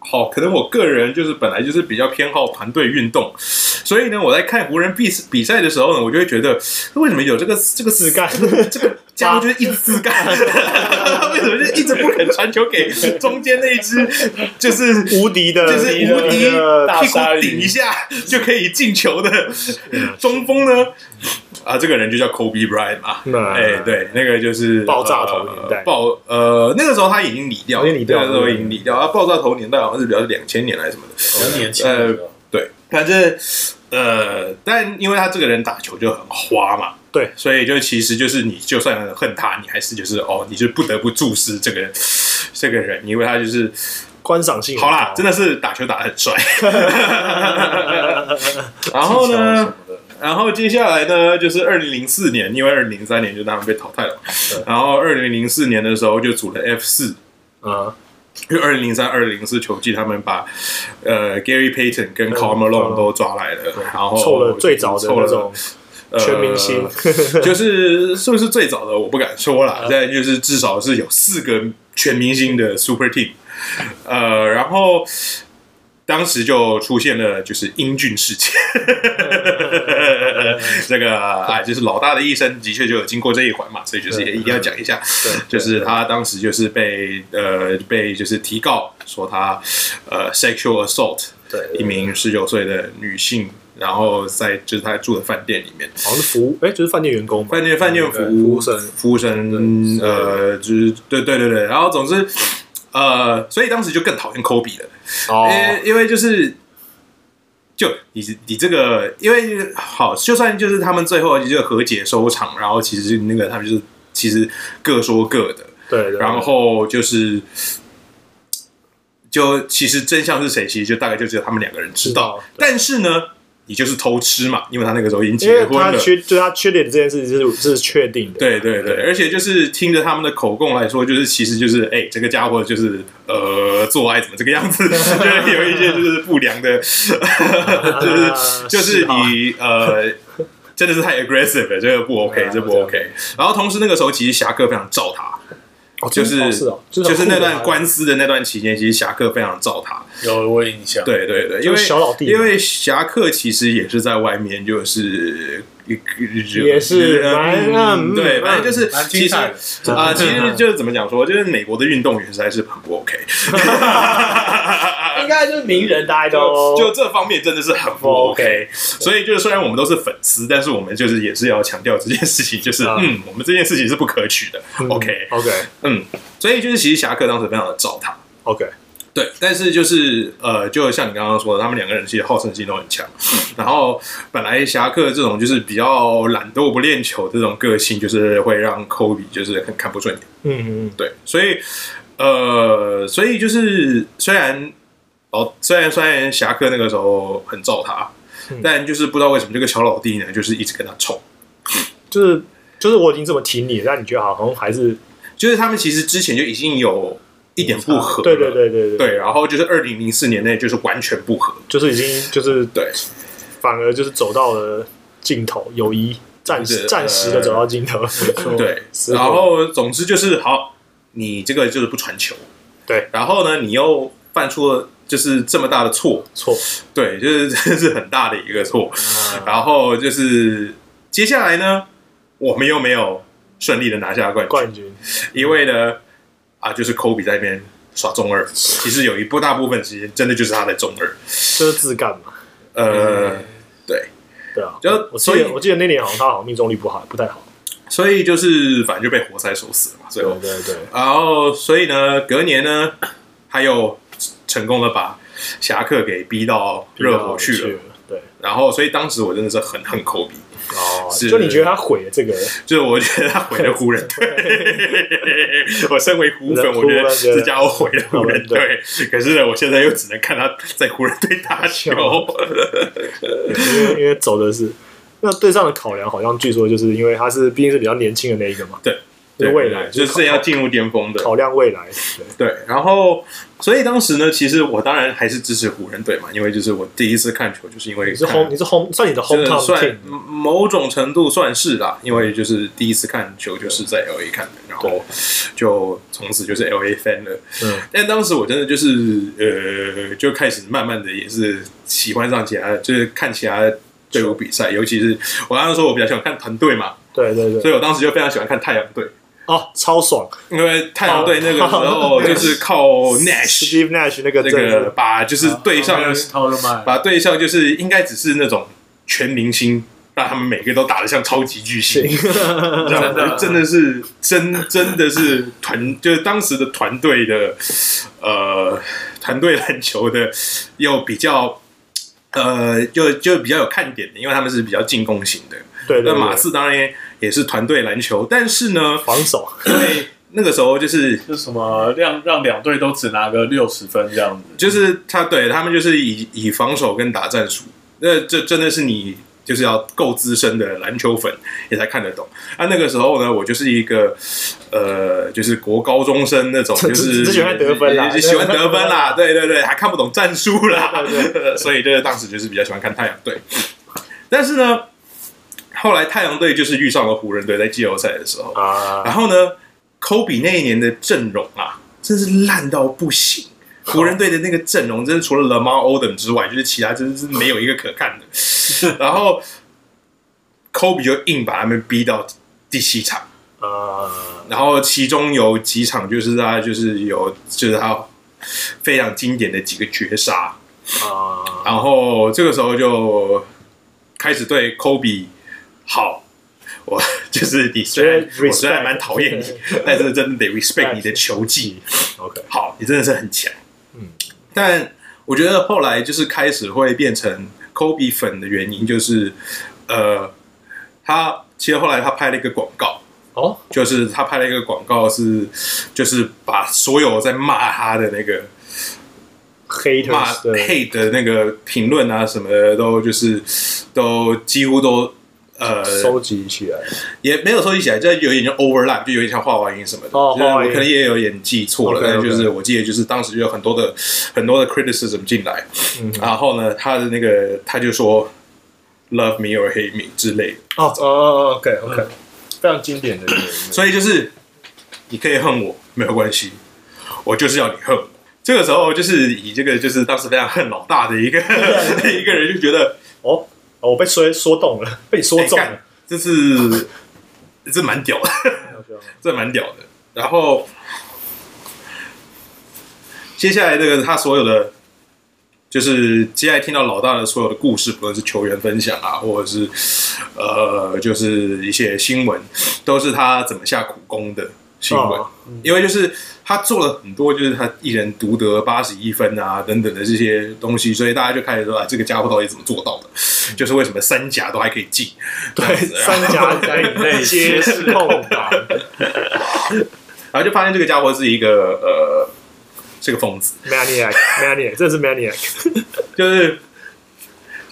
[SPEAKER 3] 好，可能我个人就是本来就是比较偏好团队运动，所以呢，我在看湖人比比赛的时候呢，我就会觉得为什么有这个这个
[SPEAKER 1] 自干
[SPEAKER 3] 这个这个家伙就是一直自干，为什么就一直不肯传球给中间那一只，就是
[SPEAKER 1] 无敌的，
[SPEAKER 3] 就是无敌
[SPEAKER 1] 的
[SPEAKER 3] 屁
[SPEAKER 1] 大鲨
[SPEAKER 3] 股顶
[SPEAKER 1] 鱼啊
[SPEAKER 3] 一，下就可以进球的中锋呢，啊，这个人就叫 Kobe Bryant 嘛，
[SPEAKER 1] 那
[SPEAKER 3] 哎、对，那个就是
[SPEAKER 1] 爆炸头年代
[SPEAKER 3] 呃爆呃，那个时候他已经理掉，
[SPEAKER 1] 已经理掉了
[SPEAKER 3] 那个时候已经理掉啊。爆炸头年代好像是比较两千年还是什么的，
[SPEAKER 2] 比较年轻
[SPEAKER 3] 呃
[SPEAKER 2] 的时候，
[SPEAKER 3] 对，反正呃，但因为他这个人打球就很花嘛，
[SPEAKER 1] 对，
[SPEAKER 3] 所以就其实就是你就算恨他，你还是就是哦，你就不得不注视这个这个人，因为他就是
[SPEAKER 1] 观赏性
[SPEAKER 3] 好啦，真
[SPEAKER 1] 的。
[SPEAKER 3] 的是打球打得很 帅。然后呢，然后接下来呢，就是二零零四年，因为二零零三年就他们被淘汰了嘛。然后二零零四年的时候就组了 F 四，
[SPEAKER 1] 嗯，
[SPEAKER 3] 因为二零零三、二零零四球季，他们把呃 Gary Payton 跟 Karl Malone 都抓来了，然后
[SPEAKER 1] 凑了最早的
[SPEAKER 3] 哦凑
[SPEAKER 1] 那
[SPEAKER 3] 了
[SPEAKER 1] 种全明 星，
[SPEAKER 3] 呃就是是不是最早的我不敢说
[SPEAKER 1] 啊
[SPEAKER 3] 啦，但就是至少是有四个全明星的 Super Team，呃，然后。当时就出现了就是英俊事件， 这个啊，就是老大的一生的确就有经过这一环嘛，所以就是也一定要讲一下，就是他当时就是被呃被就是提告说他呃 sexual assault
[SPEAKER 1] 对
[SPEAKER 3] 一名十九岁的女性，然后在就是他住的饭店里面，
[SPEAKER 1] 好像是服务，哎，就是饭店员工嘛，
[SPEAKER 3] 饭店饭店服
[SPEAKER 1] 对服
[SPEAKER 3] 务
[SPEAKER 1] 务生嗯
[SPEAKER 3] 服务生，呃，就是对对对对，然后总之，呃，所以当时就更讨厌科比了，
[SPEAKER 1] 哦
[SPEAKER 3] 因为因为就是。就你你这个，因为好，就算就是他们最后就是和解收场，然后其实那个他们就是其实各说各的，
[SPEAKER 1] 对，对
[SPEAKER 3] 然后就是，就其实真相是谁，其实就大概就只有他们两个人知道
[SPEAKER 1] 知道。对
[SPEAKER 3] 但是呢，你就是偷吃嘛，因为他那个时候已经
[SPEAKER 1] 因
[SPEAKER 3] 结
[SPEAKER 1] 为
[SPEAKER 3] 婚
[SPEAKER 1] 他
[SPEAKER 3] 了。
[SPEAKER 1] 缺，就他缺点这件事情是是确定的，
[SPEAKER 3] 对对对，而且就是听着他们的口供来说，就是其实就是哎、这个家伙就是呃，做爱怎么这个样子， 就是有一些就是不良的， 就是就是
[SPEAKER 1] 嗜好
[SPEAKER 3] 你呃，真的是太 aggressive 了，这个不 OK，
[SPEAKER 1] 对啊
[SPEAKER 3] 这
[SPEAKER 1] 我知
[SPEAKER 3] 不
[SPEAKER 1] 道
[SPEAKER 3] OK。然后同时那个时候，其实侠客非常罩他，
[SPEAKER 1] 哦，
[SPEAKER 3] 就
[SPEAKER 1] 真
[SPEAKER 3] 是、
[SPEAKER 1] 的哦是哦，真的
[SPEAKER 3] 就是那
[SPEAKER 1] 酷
[SPEAKER 3] 段
[SPEAKER 1] 啊
[SPEAKER 3] 官司的那段期间，其实侠客非常罩他。
[SPEAKER 2] 有我有印象，
[SPEAKER 3] 对对对，
[SPEAKER 1] 就是
[SPEAKER 3] 因为
[SPEAKER 1] 小老弟嘛
[SPEAKER 3] 因为侠客其实也是在外面，就是
[SPEAKER 1] 也是
[SPEAKER 3] 呃
[SPEAKER 1] 蛮嗯
[SPEAKER 3] 对，
[SPEAKER 1] 嗯
[SPEAKER 3] 反正就是
[SPEAKER 2] 蛮
[SPEAKER 3] 其
[SPEAKER 2] 精
[SPEAKER 3] 实
[SPEAKER 2] 彩的
[SPEAKER 3] 啊，其实就是怎么讲说，就是美国的运动员实在是很不 OK，
[SPEAKER 1] 应该就是名人，大家都
[SPEAKER 3] 就就这方面真的是很不 OK。所以就是虽然我们都是粉丝，但是我们就是也是要强调这件事情，就是
[SPEAKER 1] 啊
[SPEAKER 3] 嗯，我们这件事情是不可取的，OK，
[SPEAKER 1] OK
[SPEAKER 3] 嗯，所以就是其实侠客当时非常的罩他。
[SPEAKER 1] OK，
[SPEAKER 3] 对，但是就是呃，就像你刚刚说的，他们两个人其实好胜心都很强。然后本来侠客这种就是比较懒惰不练球的这种个性，就是会让科比就是很看不顺眼。
[SPEAKER 1] 嗯嗯
[SPEAKER 3] 对，所以呃，所以就是虽然哦，虽然虽然侠客那个时候很罩他，但就是不知道为什么这个小老弟呢，就是一直跟他冲。
[SPEAKER 1] 嗯，就是就是我已经这么挺你，但你觉得好像还是
[SPEAKER 3] 就是他们其实之前就已经有一点不合了，
[SPEAKER 1] 对对对对，
[SPEAKER 3] 对，然后就是二零零四年内就是完全不合，
[SPEAKER 1] 就是已经就是
[SPEAKER 3] 对。
[SPEAKER 1] 反而就是走到了尽头，友谊暂
[SPEAKER 3] 就是
[SPEAKER 1] 时暂时的走到尽头，
[SPEAKER 3] 呃对，
[SPEAKER 1] 是
[SPEAKER 3] 然后总之就是好，你这个就是不传球，
[SPEAKER 1] 对，
[SPEAKER 3] 然后呢，你又犯出了就是这么大的错，
[SPEAKER 1] 错，
[SPEAKER 3] 对，就是 这是很大的一个
[SPEAKER 1] 嗯
[SPEAKER 3] 错，然后就是接下来呢，我们又没有顺利的拿下冠军，
[SPEAKER 1] 冠军
[SPEAKER 3] 因为呢，啊，就是科比在那边耍中 二，其实有一不大部分时间真的就是他在中二，
[SPEAKER 1] 就是自干嘛，
[SPEAKER 3] 呃，对，
[SPEAKER 1] 对啊，
[SPEAKER 3] 就
[SPEAKER 1] 我记
[SPEAKER 3] 所以
[SPEAKER 1] 得我记得那年好像他好像命中率不好，不太好，
[SPEAKER 3] 所以就是反正就被活塞守死了嘛，最
[SPEAKER 1] 对
[SPEAKER 3] 后。
[SPEAKER 1] 对对，
[SPEAKER 3] 然后，所以呢，隔年呢，他又成功的把侠客给逼到热火去了。，
[SPEAKER 1] 对。
[SPEAKER 3] 然后，所以当时我真的是很恨科比，
[SPEAKER 1] 哦，
[SPEAKER 3] 是
[SPEAKER 1] 就你觉得他毁了这个
[SPEAKER 3] 就是我觉得他毁了 湖人队。我身为湖粉，我觉得这家伙毁了湖人队。可是呢，我现在又只能看他在湖人队打球。
[SPEAKER 1] 因为因为走的是那对上的考量，好像据说就是因为他是毕竟是比较年轻的那一个嘛，
[SPEAKER 3] 对，
[SPEAKER 1] 就是未来
[SPEAKER 3] 就是
[SPEAKER 1] 考
[SPEAKER 3] 正要进入巅峰的。
[SPEAKER 1] 考量未来，对，
[SPEAKER 3] 对，然后，所以当时呢，其实我当然还是支持湖人队嘛，因为就是我第一次看球，就是因为
[SPEAKER 1] 你是
[SPEAKER 3] 看
[SPEAKER 1] home 你是 home 算你的
[SPEAKER 3] 这
[SPEAKER 1] hometown
[SPEAKER 3] 算
[SPEAKER 1] team，
[SPEAKER 3] 某种程度算是啦，因为就是第一次看球就是在 L A 看的，然后就从此就是 L A fan 了。
[SPEAKER 1] 嗯，
[SPEAKER 3] 但当时我真的就是呃，就开始慢慢的也是喜欢上其他，就是看其他队伍比赛，尤其是我刚刚说我比较喜欢看团队嘛，
[SPEAKER 1] 对对
[SPEAKER 3] 所
[SPEAKER 1] 对，
[SPEAKER 3] 以我当时就非常喜欢看太阳队，
[SPEAKER 1] 哦，超爽
[SPEAKER 3] 因为太阳队那个 时候就是靠 Nash
[SPEAKER 1] ，Steve Nash 那个
[SPEAKER 3] 那
[SPEAKER 1] 真的
[SPEAKER 3] 个
[SPEAKER 1] 是
[SPEAKER 2] 嗯
[SPEAKER 1] 嗯
[SPEAKER 3] 把就是对上
[SPEAKER 2] 掏就卖，
[SPEAKER 3] 把对象就是应该只是那种全明星，但他们每个都打得像超级巨星，真
[SPEAKER 2] 的
[SPEAKER 3] 的真的是真真的是团，就是当时的团队的呃团队篮球的又比较呃就就比较有看点的，因为他们是比较进攻型的。
[SPEAKER 1] 对对
[SPEAKER 3] 那
[SPEAKER 1] 对，
[SPEAKER 3] 马刺当然也也是团队篮球，但是呢，
[SPEAKER 1] 防守，
[SPEAKER 3] 因为那个时候就是
[SPEAKER 2] 就什么让让两队都只拿个六十分这样子，
[SPEAKER 3] 就是他对他们就是以以防守跟打战术，那这真的是你就是要够资深的篮球粉也才看得懂。啊，那个时候呢，我就是一个呃，就是国高中 生那种，
[SPEAKER 1] 只
[SPEAKER 3] 就
[SPEAKER 1] 只
[SPEAKER 3] 是
[SPEAKER 1] 只喜欢得分啦
[SPEAKER 3] 只喜欢得分 啦，对对对，还看不懂战术啦， 所以就是当时就是比较喜欢看太阳队。但是呢，后来太阳队就是遇上了湖人队在季后赛的时候，
[SPEAKER 1] 啊，
[SPEAKER 3] 然后呢，科比那一年的阵容啊，真是烂到不行。湖人队的那个阵容，真是除了 Lamar Odom 之外，就是其他真是没有一个可看的。然后科比就硬把他们逼到第七场，
[SPEAKER 1] 呃，
[SPEAKER 3] 然后其中有几场就是他就是有就是他非常经典的几个绝杀，
[SPEAKER 1] 啊，
[SPEAKER 3] 然后这个时候就开始对科比好，我就是你虽然
[SPEAKER 1] 觉得 respect
[SPEAKER 3] 我虽然蛮讨厌你， 但是真的得 respect 你的球技，
[SPEAKER 1] OK，
[SPEAKER 3] 好，你真的是很强。
[SPEAKER 1] 嗯，
[SPEAKER 3] 但我觉得后来就是开始会变成科比粉的原因，就是呃，他其实后来他拍了一个广告，
[SPEAKER 1] 哦，
[SPEAKER 3] 就是他拍了一个广告是，就是把所有在骂他的那个骂
[SPEAKER 1] haters 的
[SPEAKER 3] hate 的那个评论啊什么的，都就是都几乎都呃
[SPEAKER 1] 收集起来，
[SPEAKER 3] 也没有收集起来，就有一点就 overlap，就有点像画外音什么的。
[SPEAKER 1] 哦
[SPEAKER 3] 就是
[SPEAKER 1] 画外音
[SPEAKER 3] 我可能也有点记错了
[SPEAKER 1] OK，OK
[SPEAKER 3] 但是就是我记得就是当时就有很多的很多的 criticism 进来，
[SPEAKER 1] 嗯
[SPEAKER 3] 然后呢，他的那个他就说 love me or hate me 之类的，
[SPEAKER 1] 哦哦，OK OK，非
[SPEAKER 3] 嗯
[SPEAKER 1] 常经典的一个，
[SPEAKER 3] 所以就是你可以恨我没有关系，我就是要你恨我。这个时候就是以这个就是当时非常恨老大的一个 一个人就觉得，
[SPEAKER 1] 哦，哦我被说说动了，被你说
[SPEAKER 3] 哎
[SPEAKER 1] 中
[SPEAKER 3] 干
[SPEAKER 1] 了，
[SPEAKER 3] 这是这蛮屌的。这蛮屌的。然后接下来这个他所有的，就是接下来听到老大的所有的故事，不论是球员分享啊，或者是呃，就是一些新闻，都是他怎么下苦功的新闻。
[SPEAKER 1] 哦
[SPEAKER 3] 因为就是他做了很多，就是他一人独得八十一分啊等等的这些东西，所以大家就开始说啊，这个家伙到底怎么做到的？就是为什么三甲都还可以进？
[SPEAKER 1] 对，三甲在以内皆是空档，
[SPEAKER 3] 然后就发现这个家伙是一个呃，是个疯子，
[SPEAKER 1] maniac maniac，这是 maniac，
[SPEAKER 3] 就是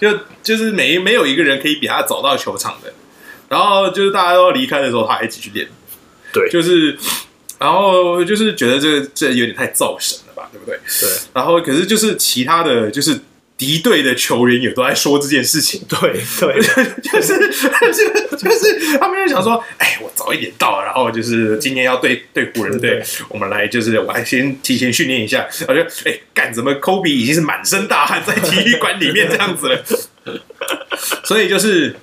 [SPEAKER 3] 就就是没没有一个人可以比他早到球场的。然后就是大家都离开的时候，他还继续练，
[SPEAKER 1] 对
[SPEAKER 3] 就是然后就是觉得这这有点太造神了吧，对不对？
[SPEAKER 1] 对
[SPEAKER 3] 然后可是就是其他的就是敌对的球员也都在说这件事情，
[SPEAKER 1] 对对，
[SPEAKER 3] 就是就是就是他们就想说，哎，我早一点到，然后就是今天要对对湖人队
[SPEAKER 1] 对，
[SPEAKER 3] 我们来就是我还先提前训练一下，我就哎干怎么科比已经是满身大汗在体育馆里面这样子了， 所以就是，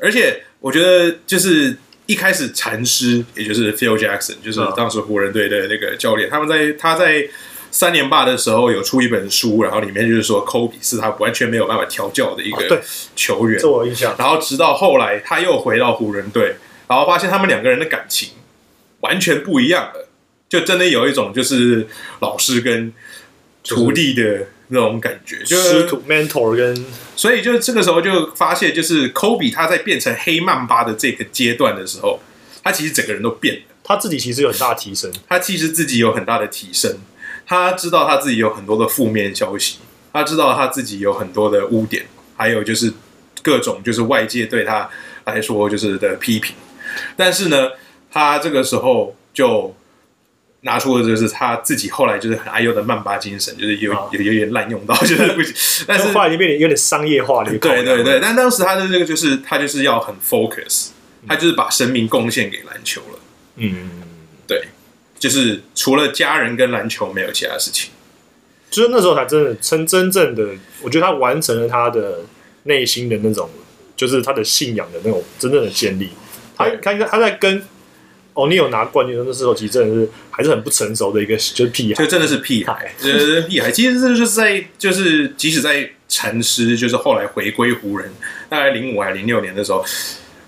[SPEAKER 3] 而且我觉得就是。一开始禅师，也就是 Phil Jackson，就是
[SPEAKER 1] 嗯
[SPEAKER 3] 当时湖人队的那个教练，他们在他在三连霸的时候有出一本书，然后里面就是说科比是他完全没有办法调教的一
[SPEAKER 1] 哦对
[SPEAKER 3] 个球员，
[SPEAKER 1] 这我有印象，
[SPEAKER 3] 然后直到后来他又回到湖人队，然后发现他们两个人的感情完全不一样了，就真的有一种就是老师跟徒弟的那种感觉，就
[SPEAKER 1] 嗯师
[SPEAKER 3] 是
[SPEAKER 1] 徒 mentor 跟
[SPEAKER 3] 所以就这个时候就发现，就是科比他在变成黑曼巴的这个阶段的时候，他其实整个人都变了，
[SPEAKER 1] 他自己其实有很大提升，
[SPEAKER 3] 他其实自己有很大的提升，他知道他自己有很多的负面消息，他知道他自己有很多的污点，还有就是各种就是外界对他来说就是的批评。但是呢，他这个时候就拿出了就是他自己后来就是很爱用的曼巴精神，就是有
[SPEAKER 1] 啊
[SPEAKER 3] 有有点滥用到，就是 不行。但是
[SPEAKER 1] 话已经变得有点商业化的一个考
[SPEAKER 3] 对
[SPEAKER 1] 量，
[SPEAKER 3] 对对，但当时他的这个就是他就是要很 focus，他就是把生命贡献给篮球了。
[SPEAKER 1] 嗯，
[SPEAKER 3] 对，就是除了家人跟篮球，没有其他事情。
[SPEAKER 1] 就是那时候才真的真真正的，我觉得他完成了他的内心的那种，就是他的信仰的那种真正的建立。他
[SPEAKER 3] 对
[SPEAKER 1] 他他在跟欧尼尔拿冠军的那时候，其实真的是还是很不成熟的一个就是屁孩
[SPEAKER 3] 就，真的是 屁孩，就是屁孩。其实这就是在，就是即使在禅师，就是后来回归湖人，大概零五还零六年的时候，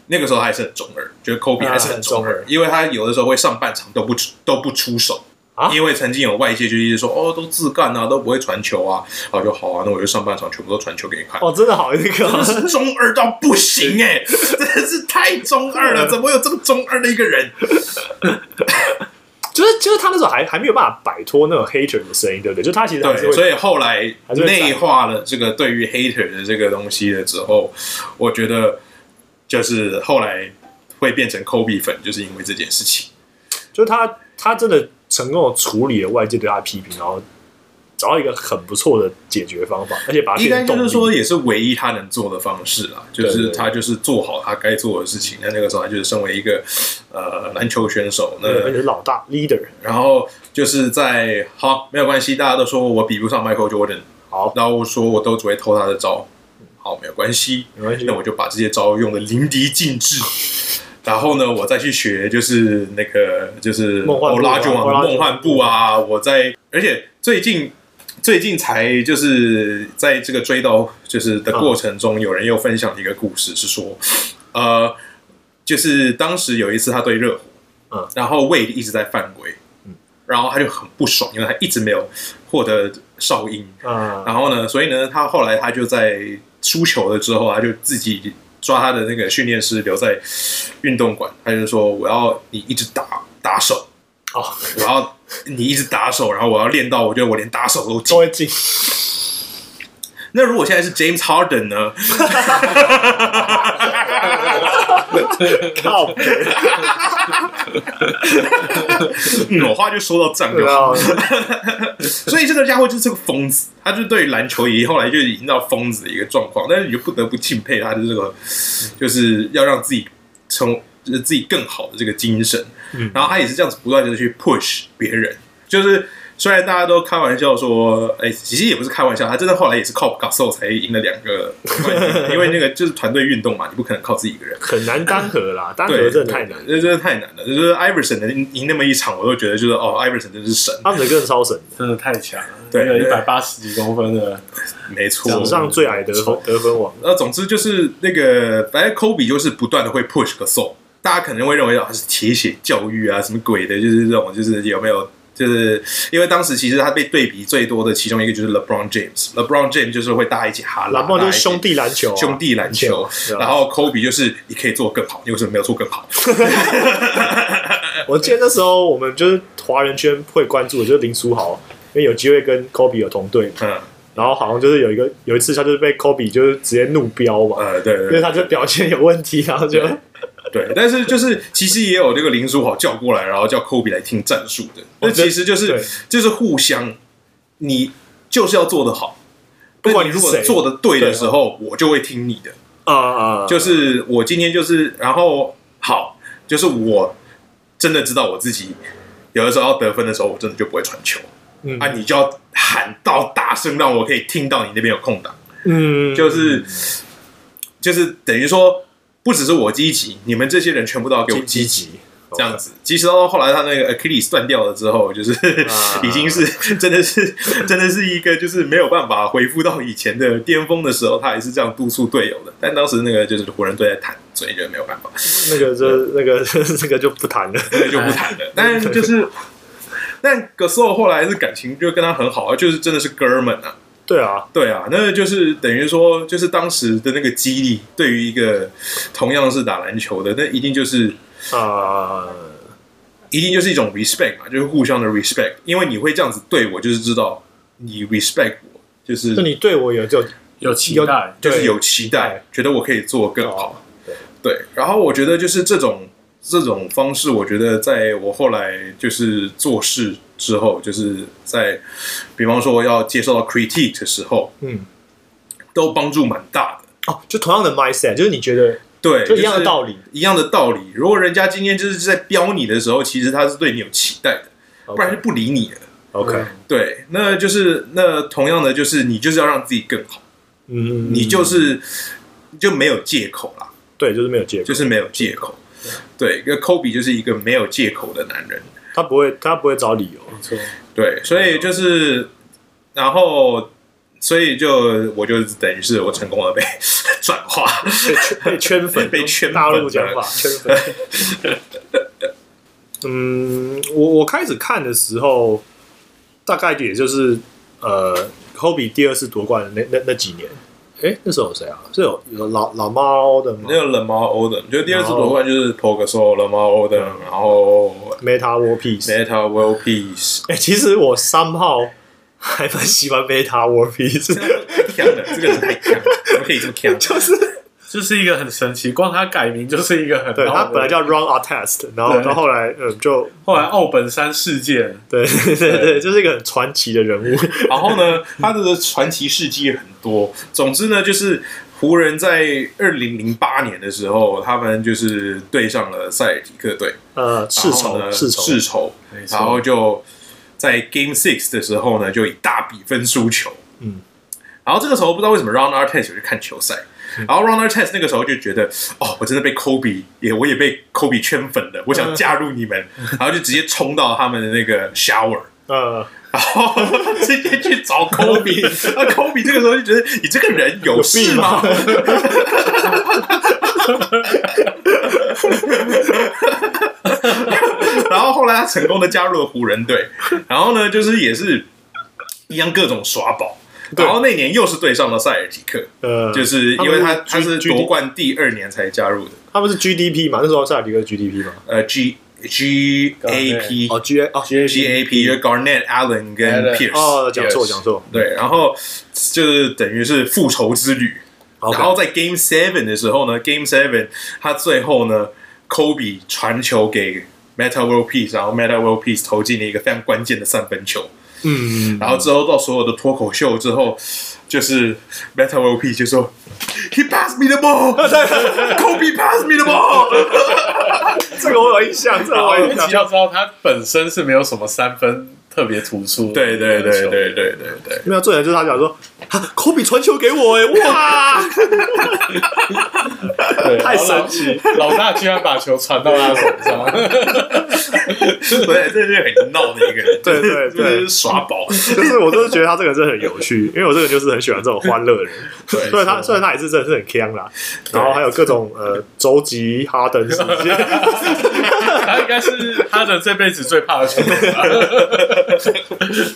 [SPEAKER 3] 那个时候他还是很中二，觉得科比还是很中
[SPEAKER 1] 啊
[SPEAKER 3] 二，
[SPEAKER 1] 很中二
[SPEAKER 3] 因为他有的时候会上半场都不出都不出手。
[SPEAKER 1] 啊
[SPEAKER 3] 因为曾经有外界就一直说，哦，都自干啊，都不会传球啊，好就好啊，那我就上半场全部都传球给你看。
[SPEAKER 1] 哦，真的好那个
[SPEAKER 3] 真
[SPEAKER 1] 哦，
[SPEAKER 3] 是中二到不行 哎、真的是太中二了，怎么有这么中二的一个人？
[SPEAKER 1] 就是就是他那时候还还没有办法摆脱那种 hater 的声音，对不对？就他其实还是
[SPEAKER 3] 对，
[SPEAKER 1] 会
[SPEAKER 3] 所以后来
[SPEAKER 1] 还是会
[SPEAKER 3] 内化了这个对于 hater 的这个东西了之后，我觉得就是后来会变成 Kobe 粉，就是因为这件事情。
[SPEAKER 1] 就是他他真的成功的处理了外界对他的批评，然后找到一个很不错的解决方法，而且把它
[SPEAKER 3] 应
[SPEAKER 1] 变
[SPEAKER 3] 该
[SPEAKER 1] 成动
[SPEAKER 3] 就是
[SPEAKER 1] 力。
[SPEAKER 3] 说，也是唯一他能做的方式啦，就
[SPEAKER 1] 对
[SPEAKER 3] 是
[SPEAKER 1] 对
[SPEAKER 3] 他就是做好他该做的事情。那那个时候，他就是身为一个呃篮球选手，那
[SPEAKER 1] 对而且是老大 leader，
[SPEAKER 3] 然后就是在好没有关系，大家都说我比不上 Michael Jordan，
[SPEAKER 1] 好，
[SPEAKER 3] 然后我说我都只会偷他的招，好没有关系，
[SPEAKER 1] 没关系
[SPEAKER 3] 那我就把这些招用的淋漓尽致。然后呢，我再去学，就是那个就是
[SPEAKER 1] 梦幻步啊
[SPEAKER 3] 拉就
[SPEAKER 1] 欧拉
[SPEAKER 3] 啊，
[SPEAKER 1] 久
[SPEAKER 3] 梦幻步啊，我在，而且最近最近才就是在这个追到就是的过程中，有人又分享了一个故事，是说，呃，就是当时有一次他对热火，
[SPEAKER 1] 嗯，
[SPEAKER 3] 然后魏一直在犯规，
[SPEAKER 1] 嗯，
[SPEAKER 3] 然后他就很不爽，因为他一直没有获得哨音，
[SPEAKER 1] 嗯，
[SPEAKER 3] 然后呢，所以呢，他后来他就在输球了之后，他就自己抓他的那个训练师留在运动馆，他就说：“我要你一直打打手，
[SPEAKER 1] 哦，
[SPEAKER 3] 我要你一直打手，然后我要练到我觉得我连打手都进。
[SPEAKER 1] 都会进，”
[SPEAKER 3] 那如果现在是 James Harden 呢？
[SPEAKER 1] 靠北，
[SPEAKER 3] 啊嗯，我话就说到这样就
[SPEAKER 1] 然
[SPEAKER 3] 好。
[SPEAKER 1] 后
[SPEAKER 3] 所以这个家伙就是个疯子，他就对篮球也后来就已经到疯子的一个状况，但是你就不得不敬佩他的这个，就是要让自己成就是自己更好的这个精神。
[SPEAKER 1] 嗯
[SPEAKER 3] 然后他也是这样子不断的去 push 别人，就是虽然大家都开玩笑说，哎、其实也不是开玩笑，他真的后来也是靠 g a s o 才赢了两个冠军，因为那个就是团队运动嘛，你不可能靠自己一个人。
[SPEAKER 1] 很难单核啦，单核
[SPEAKER 3] 对，
[SPEAKER 1] 真的太难了，
[SPEAKER 3] 这真的太难了。就是 Iverson 能赢那么一场，我都觉得就是哦，Iverson 真是神，
[SPEAKER 1] 他们的更超神，
[SPEAKER 2] 真的太强了，
[SPEAKER 3] 对
[SPEAKER 2] 一个一百八十几公分的，
[SPEAKER 3] 没错，
[SPEAKER 1] 史上最矮得分得分王，
[SPEAKER 3] 呃那总之就是那个，反正科比就是不断的会 push 个 soul，大家可能会认为啊是铁血教育啊什么鬼的，就是这种就是有没有？就是因为当时其实他被对比最多的其中一个就是 LeBron James，LeBron James 就是会大家一起哈拉，
[SPEAKER 1] 篮棒就是
[SPEAKER 3] 大家一起
[SPEAKER 1] 兄弟篮球啊，
[SPEAKER 3] 兄弟篮球
[SPEAKER 1] 对，啊
[SPEAKER 3] 然后科比就是你可以做更好，你为什么没有做更好？
[SPEAKER 1] 我记得那时候我们就是华人圈会关注的就是林书豪，因为有机会跟 Kobe 有同队，
[SPEAKER 3] 嗯
[SPEAKER 1] 然后好像就是有一个有一次他就是被 Kobe 就是直接怒飙嘛，
[SPEAKER 3] 呃，对对
[SPEAKER 1] 因
[SPEAKER 3] 对
[SPEAKER 1] 为他就表现有问题，然后就
[SPEAKER 3] 对，但是就是其实也有这个林书豪叫过来，然后叫科比来听战术的。那
[SPEAKER 1] 哦这
[SPEAKER 3] 其实就是
[SPEAKER 1] 对
[SPEAKER 3] 就是互相，你就是要做得好。
[SPEAKER 1] 不管
[SPEAKER 3] 那
[SPEAKER 1] 你
[SPEAKER 3] 如
[SPEAKER 1] 是
[SPEAKER 3] 果
[SPEAKER 1] 谁
[SPEAKER 3] 做的对的
[SPEAKER 1] 对
[SPEAKER 3] 时候，我就会听你的。
[SPEAKER 1] 啊啊，
[SPEAKER 3] 就是我今天就是，然后好，就是我真的知道我自己有的时候要得分的时候，我真的就不会传球
[SPEAKER 1] 嗯
[SPEAKER 3] 啊，你就要喊到大声，让我可以听到你那边有空档。
[SPEAKER 1] 嗯，
[SPEAKER 3] 就是就是等于说，不只是我积极，你们这些人全部都要给我积极。
[SPEAKER 1] 极
[SPEAKER 3] 这样子，即使到后来他那个 Achilles 断掉了之后，就是、
[SPEAKER 1] 啊
[SPEAKER 3] 已经是 真的是真的是一个就是没有办法恢复到以前的巅峰的时候，他还是这样督促队友的。但当时那个就是湖人队在谈，所以就没有办法，
[SPEAKER 1] 那个这那个 这个就不谈了，
[SPEAKER 3] 那就不谈了。但就是，但格索后来是感情就跟他很好啊，就是真的是哥们啊。
[SPEAKER 1] 对啊，
[SPEAKER 3] 对啊，那就是等于说，就是当时的那个激励，对于一个同样是打篮球的，那一定就是
[SPEAKER 1] 啊，
[SPEAKER 3] 一定就是一种 respect 嘛，就是互相的 respect，因为你会这样子对我，就是知道你 respect 我，就是
[SPEAKER 1] 就你对我有就
[SPEAKER 2] 有期待，
[SPEAKER 3] 就是
[SPEAKER 1] 对
[SPEAKER 3] 有期待，觉得我可以做更
[SPEAKER 1] 哦
[SPEAKER 3] 好。对，然后我觉得就是这种这种方式，我觉得在我后来就是做事之后，就是在比方说要接受到 critique 的时候，
[SPEAKER 1] 嗯
[SPEAKER 3] 都帮助蛮大的。
[SPEAKER 1] 哦，就同样的 mindset，就是你觉得
[SPEAKER 3] 对，
[SPEAKER 1] 就一样的道
[SPEAKER 3] 理，
[SPEAKER 1] 理，
[SPEAKER 3] 一样的道理。如果人家今天就是在标你的时候，其实他是对你有期待的，不然就不理你了。
[SPEAKER 1] OK，
[SPEAKER 2] 嗯
[SPEAKER 3] 对，那就是那同样的，就是你就是要让自己更好，
[SPEAKER 1] 嗯，
[SPEAKER 3] 你就是就没有借口啦，
[SPEAKER 1] 对，就是没有结果
[SPEAKER 3] 就，是没有借口。对，跟科比就是一个没有借口的男人。
[SPEAKER 1] 他不会他不会找理由，
[SPEAKER 2] 没错，
[SPEAKER 3] 对，所以就是，然后所以就我就等于是我成功的被转化，
[SPEAKER 1] 被圈被圈粉，
[SPEAKER 3] 被圈粉
[SPEAKER 1] 大陆 讲法圈粉。 嗯，我我开始看的时候，大概也就是呃，科比第二次夺冠的那那那几年，哎，那时候有谁啊？是有有老老猫的吗
[SPEAKER 3] 那个冷猫欧登，就第二次夺冠就是 p o g a s o 冷猫欧登，然后
[SPEAKER 1] ？Meta War Peace。
[SPEAKER 3] Meta World Peace，
[SPEAKER 1] 哎，其实我三号还蛮喜欢 Meta War Peace，
[SPEAKER 3] 强的，这个人太强，了，怎么可以这么强？
[SPEAKER 1] 就是
[SPEAKER 2] 就是一个很神奇，光他改名就是一个很
[SPEAKER 1] 对
[SPEAKER 2] 闹
[SPEAKER 1] 他
[SPEAKER 2] 的
[SPEAKER 1] 本来叫 Run a Test，然后
[SPEAKER 2] 对
[SPEAKER 1] 到后来嗯就
[SPEAKER 2] 后来奥本山事件，
[SPEAKER 1] 对对对对，就是一个很传奇的人物。
[SPEAKER 3] 然后呢，他的传奇事迹也很多。总之呢，就是湖人在二零零八年的时候，他们就是对上了塞尔提克队，
[SPEAKER 1] 呃，世
[SPEAKER 3] 然后
[SPEAKER 1] 仇
[SPEAKER 3] 呢
[SPEAKER 1] 世仇
[SPEAKER 3] 世仇，
[SPEAKER 2] 没错
[SPEAKER 3] 然后就在 Game Six 的时候呢，就以大比分输球。
[SPEAKER 1] 嗯，
[SPEAKER 3] 然后这个时候不知道为什么 Ron Artest 就去看球赛。
[SPEAKER 1] 嗯
[SPEAKER 3] 然后 Ron Artest 那个时候就觉得，哦，我真的被 Kobe 也我也被 Kobe 圈粉了，我
[SPEAKER 1] 嗯
[SPEAKER 3] 想加入你们，然后就直接冲到他们的那个 shower，
[SPEAKER 1] 呃，
[SPEAKER 3] 然后 直接去找科比， 那科比这个时候就觉得你这个人有
[SPEAKER 1] 啊
[SPEAKER 3] 事吗？ 然后后来他成功的加入了湖 人队，然后呢，就是也是一样各种耍宝，
[SPEAKER 1] 对
[SPEAKER 3] 然后那年又是对上了塞尔提克，
[SPEAKER 1] 呃，
[SPEAKER 3] 就是因为他他
[SPEAKER 1] 他们
[SPEAKER 3] 是
[SPEAKER 1] 是 G-
[SPEAKER 3] 夺冠第二年才加入的，
[SPEAKER 1] 他们是 GDP 嘛，那时候塞尔迪克 GDP 嘛，
[SPEAKER 3] 呃，G G A P
[SPEAKER 1] 哦 G A 哦
[SPEAKER 3] G A P 就是 Garnett Allen 跟
[SPEAKER 2] Allen
[SPEAKER 3] Pierce
[SPEAKER 1] 哦，讲错
[SPEAKER 2] Yes
[SPEAKER 1] 讲错，
[SPEAKER 3] 对，然后就是等于是复仇之旅。
[SPEAKER 1] OK
[SPEAKER 3] 然后在 Game Seven 的时候呢，Game Seven 他最后呢，Kobe 传球给 Meta World Peace，然后 Meta World Peace 投进了一个非常关键的三分球。
[SPEAKER 1] 嗯，
[SPEAKER 3] 然后之后到所有的脱口秀之后，就是 Meta World Peace 就说，He passed me the ball，Kobe passed me the ball。
[SPEAKER 1] 这个我有印象，这个我
[SPEAKER 2] 哦因
[SPEAKER 1] 有印
[SPEAKER 2] 为你
[SPEAKER 1] 象。
[SPEAKER 2] 要知道他本身是没有什么三分特别突出，
[SPEAKER 3] 对对对对对对对。
[SPEAKER 1] 没有，最难就是他讲说，啊科比传球给我，哎， 哇，
[SPEAKER 2] 对，
[SPEAKER 1] 太
[SPEAKER 2] 然后
[SPEAKER 1] 神
[SPEAKER 2] 老
[SPEAKER 1] 奇，
[SPEAKER 2] 老大居然把球传到他手上，
[SPEAKER 3] 对，这是很闹的一个人，
[SPEAKER 1] 对对
[SPEAKER 3] 就
[SPEAKER 1] 对
[SPEAKER 3] 是耍宝，
[SPEAKER 1] 就是我真的觉得他这个真的很有趣，因为我这个人就是很喜欢这种欢乐的人。
[SPEAKER 3] 对
[SPEAKER 1] 虽然他虽然他也是真的是很强啦，然后还有各种呃周吉、哈登什么之 类的，
[SPEAKER 2] 他应该是他的这辈子最怕的球员吧。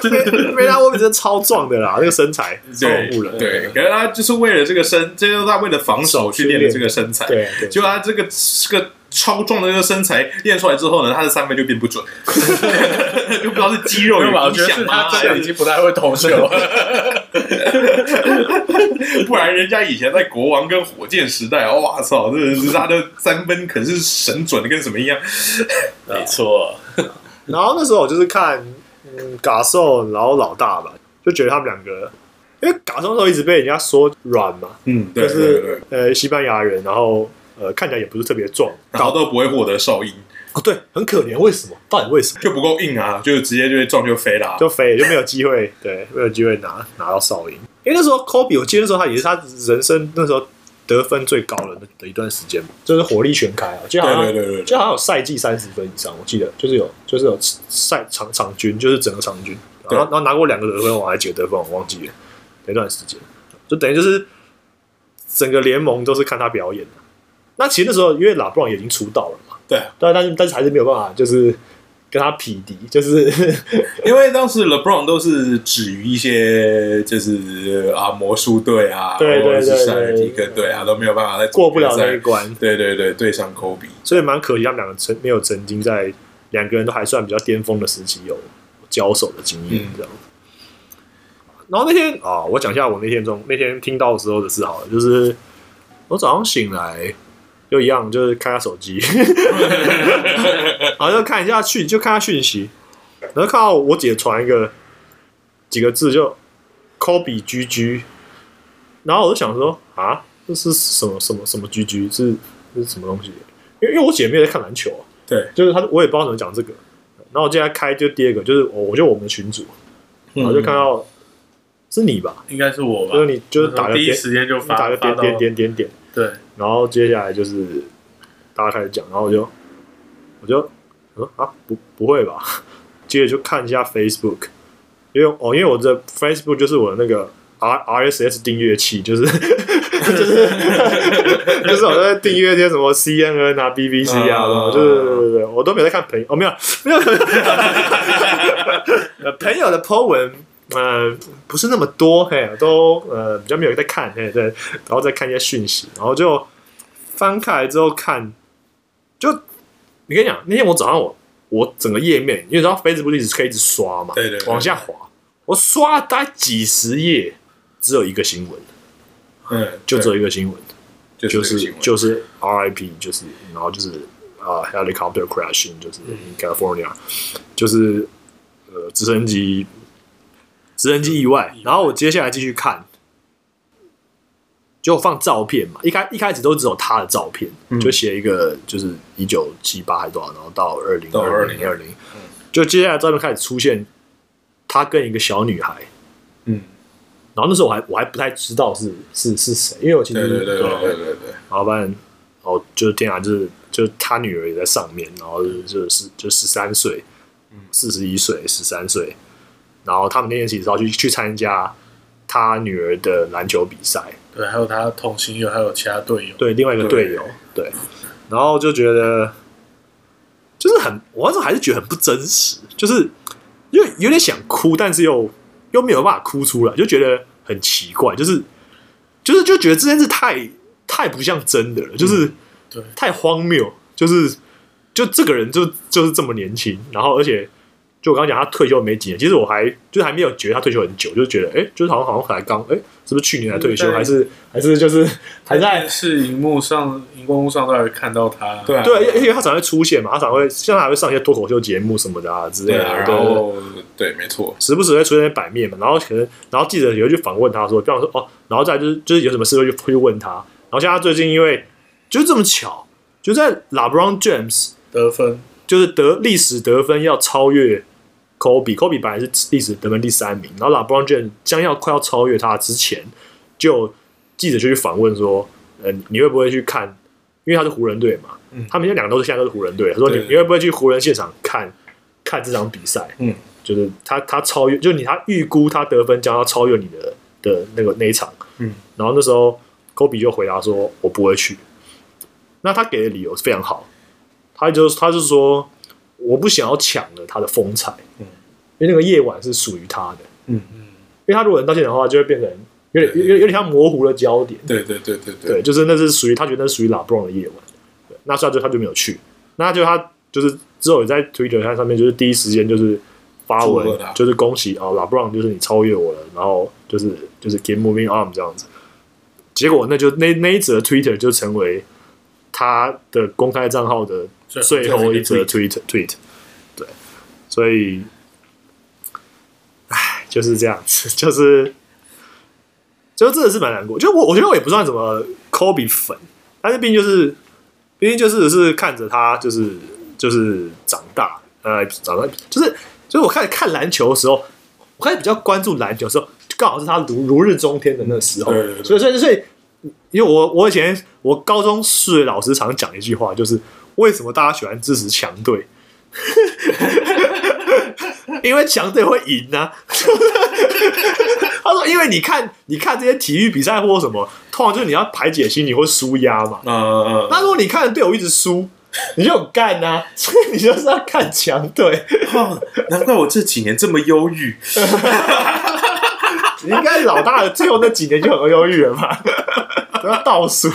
[SPEAKER 1] 因为他外面真的超壮的啦，那个身材超
[SPEAKER 3] 对
[SPEAKER 1] 恐怖的，
[SPEAKER 3] 对，可是他就是为了这个身，这就是他为了防守去练的这个身材。
[SPEAKER 1] 对对
[SPEAKER 3] 就他这个这个超壮的这个身材练出来之后呢，他的三分就 变不准， 就不知道是肌肉
[SPEAKER 2] 没
[SPEAKER 3] 有
[SPEAKER 2] 有吧？我
[SPEAKER 3] 影
[SPEAKER 2] 觉得是
[SPEAKER 3] 响
[SPEAKER 2] 他
[SPEAKER 3] 吗？
[SPEAKER 2] 这 个已经不太会投球了。
[SPEAKER 3] 不然人家以前在国王跟火箭时代，哇操，真的是他的三分可是神准的跟什么一样。
[SPEAKER 2] 没错，
[SPEAKER 1] 啊 然后那时候我就是看，嗯，嘎兽，然后老大吧，就觉得他们两个，因为嘎兽那时候一直被人家说软嘛，
[SPEAKER 3] 嗯，对
[SPEAKER 1] 就
[SPEAKER 3] 对对
[SPEAKER 1] 是，呃西班牙人，然后呃看起来也不是特别壮，
[SPEAKER 3] 然后都不会获得哨音，
[SPEAKER 1] 哦对，很可怜，为什么？到底为什么？
[SPEAKER 3] 就不够硬啊，就直接就会撞就飞啊啦。
[SPEAKER 1] 就飞就没有机会，对，没有机会拿拿到哨音。因为那时候 Kobe，我记得那时候他也是他人生那时候得分最高的那的一段时间，就是火力全开啊，就好像
[SPEAKER 3] 对对对对对
[SPEAKER 1] 就好像有赛季三十分以上，我记得就是有就是有赛场场均，就是整个场均，然后然后拿过两个得分王还是几个得分王，我忘记了那段时间，就等于就是整个联盟都是看他表演的。那其实那时候因为拉布朗也已经出道了嘛，
[SPEAKER 3] 对，
[SPEAKER 1] 但但是但是还是没有办法就是跟他匹敌，就是
[SPEAKER 3] 因为当时 LeBron 都是止于一些就是啊魔术队啊，
[SPEAKER 1] 对对
[SPEAKER 3] 或者是
[SPEAKER 1] 对
[SPEAKER 3] 塞尔提克队啊，都没有办法再
[SPEAKER 1] 过不了那一关。
[SPEAKER 3] 对对对，对上 Kobe，
[SPEAKER 1] 所以蛮可惜，他们两个曾没有曾经在两个人都还算比较巅峰的时期有交手的经验
[SPEAKER 3] 嗯
[SPEAKER 1] 这样。然后那天啊、我讲一下我那天中那天听到的时候的事好了，就是我早上醒来又一样，就是看下手机， 然后就看一下讯，就看下讯息，然后看到我姐传一个几个字就 Kobe GG，然后我就想说啊，这是什么什么什么 GG 是这是什么东西？因为因为我姐没有在看篮球啊，
[SPEAKER 3] 对，
[SPEAKER 1] 就是她我也不知道怎么讲这个。然后我接下来开就第二个，就是我我就我们的群主，然
[SPEAKER 2] 嗯
[SPEAKER 1] 后就看到、是你吧，
[SPEAKER 2] 应该是我吧
[SPEAKER 1] 就？是你就是打个
[SPEAKER 2] 嗯第一
[SPEAKER 1] 点，
[SPEAKER 2] 时间就
[SPEAKER 1] 嗯你
[SPEAKER 2] 发
[SPEAKER 1] 打个
[SPEAKER 2] 发
[SPEAKER 1] 点
[SPEAKER 2] 到
[SPEAKER 1] 点点点点，
[SPEAKER 2] 对，
[SPEAKER 1] 然后接下来就是大家开始讲，然后我就我就嗯啊不不会 吧，接着就看一下 Facebook，因为哦因为我的 Facebook 就是我的那个 R RSS 订阅器，就是 就是就是我在订阅一些什么 CNN 啊、BBC 啊，什
[SPEAKER 2] 嗯
[SPEAKER 1] 么就是对对对，我都没有在看朋友，哦没有没有， 呃朋友的 po 文。呃，不是那么多，嘿，都呃比较没有在看，嘿，对，然后再看一些讯息，然后就翻开来之后看，就你跟你讲，那天我早上我我整个页面，因为你知道 Facebook 一直可以一直刷嘛，
[SPEAKER 3] 对对对
[SPEAKER 1] 往下滑，我刷了大概几十页，只有一个新闻，
[SPEAKER 3] 嗯，
[SPEAKER 1] 就只有一个新闻，
[SPEAKER 3] 对
[SPEAKER 1] 就
[SPEAKER 3] 就是是这个新闻
[SPEAKER 1] 就是 RIP，就是然后就是啊、呃 helicopter crashing，就是
[SPEAKER 3] 嗯
[SPEAKER 1] in California，就是呃直升机直升机意外。然后我接下来继续看，就放照片嘛，一开一开始都只有他的照片，
[SPEAKER 3] 嗯
[SPEAKER 1] 就写一个就是一九七八还多少，然后到二零
[SPEAKER 3] 到
[SPEAKER 1] 二零二零，就接下来照片开始出现他跟一个小女孩。
[SPEAKER 3] 嗯，
[SPEAKER 1] 然后那时候我还我还不太知道是是是谁，因为我其实啊
[SPEAKER 3] 对对对对对对对，
[SPEAKER 1] 然后不然哦，就是天啊，就是就是他女儿也在上面，然后就是就是就十三岁，四十一岁，十三岁，然后他们那天其实要去去参加他女儿的篮球比赛，
[SPEAKER 2] 对，还有他同行友，还有其他队友，
[SPEAKER 1] 对另外一个队友，对，然后就觉得就是很，我那时候还是觉得很不真实，就是因为有点想哭，但是又又没有办法哭出来，就觉得很奇怪，就是就是就觉得这件事太太不像真的了，就是、
[SPEAKER 2] 嗯对
[SPEAKER 1] 太荒谬，就是就这个人就就是这么年轻，然后而且。就我刚刚讲，他退休没几年，其实我还就是还没有觉得他退休很久，就觉得哎、就是好像好像才刚哎、是不是去年才退休，
[SPEAKER 2] 嗯对
[SPEAKER 1] 还是还是就是还在
[SPEAKER 2] 电视荧幕上、荧光幕上都还会看到他，
[SPEAKER 3] 对啊
[SPEAKER 1] 对，因为因为他常会出现嘛，他常会现在还会上一些脱口秀节目什么的啊之类
[SPEAKER 3] 对
[SPEAKER 1] 的，
[SPEAKER 3] 啊，然
[SPEAKER 1] 对对对
[SPEAKER 3] 后对，没错，
[SPEAKER 1] 时不时会出现在版面嘛，然后可能然后记者也会去访问他说，比方说哦，然后再来就是就是有什么事会去会去问他，然后像他最近因为就是这么巧，就在 LeBron James
[SPEAKER 2] 得分，
[SPEAKER 1] 就是得历史得分要超越 Kobe，Kobe 本来是历史得分第三名，然后 LeBron James 将要快要超越他之前，就记者就去访问说，呃，你你会不会去看？因为他是湖人队嘛，他们现在两个都是现在都是湖人队，他说你
[SPEAKER 3] 嗯对对
[SPEAKER 1] 你
[SPEAKER 3] 对
[SPEAKER 1] 会不会去湖人现场看看这场比赛？
[SPEAKER 3] 嗯，
[SPEAKER 1] 就是他他超越，就是你他预估他得分将要超越你的的那个那一场，
[SPEAKER 3] 嗯，
[SPEAKER 1] 然后那时候 Kobe 就回答说，我不会去。那他给的理由非常好，他就他就说我不想要抢了他的风采，
[SPEAKER 3] 嗯
[SPEAKER 1] 因为那个夜晚是属于他的，
[SPEAKER 3] 嗯
[SPEAKER 1] 嗯，因为他如果能到现场的话，就会变成有点有点有点像模糊的焦点，
[SPEAKER 3] 对对对对对
[SPEAKER 1] 对，就是那是属于他觉得那是属于 LeBron 的夜晚，对，那所以他就他就没有去，那就他就是之后也在 Twitter 上面就是第一时间就是发
[SPEAKER 3] 祝
[SPEAKER 1] 文
[SPEAKER 3] 贺他，
[SPEAKER 1] 就是恭喜啊、LeBron 就是你超越我了，然后就是就是 Keep Moving On 这样子，结果那就那那一则 Twitter 就成为他的公开账号的
[SPEAKER 2] 最
[SPEAKER 1] 最后一则 tweet tweet，对，所以，唉，就是这样子， 就是，就真的是蛮难过。就我我觉得我也不算什么 Kobe 粉，但是毕竟就是，毕竟就是是看着他就是就是长大，呃，长大就是就是我开始看篮球的时候，我开始比较关注篮球的时候，就刚好是他如如日中天的那时候，
[SPEAKER 3] 对对对
[SPEAKER 1] 所以所以所以因为我我以前我高中数学老师常讲一句话，就是为什么大家喜欢支持强队？ 因为强队会赢啊。 他说：“因为你看，你看这些体育比赛或什么，通常就是你要排解心理或舒压嘛。
[SPEAKER 3] 嗯嗯
[SPEAKER 1] 那如果你看队友一直输，你就很干呐、所以 你就是要看强队。
[SPEAKER 3] 嗯，难怪我这几年这么忧郁，
[SPEAKER 1] 你应该老大的最后那几年就很忧郁了 嘛，都要倒数，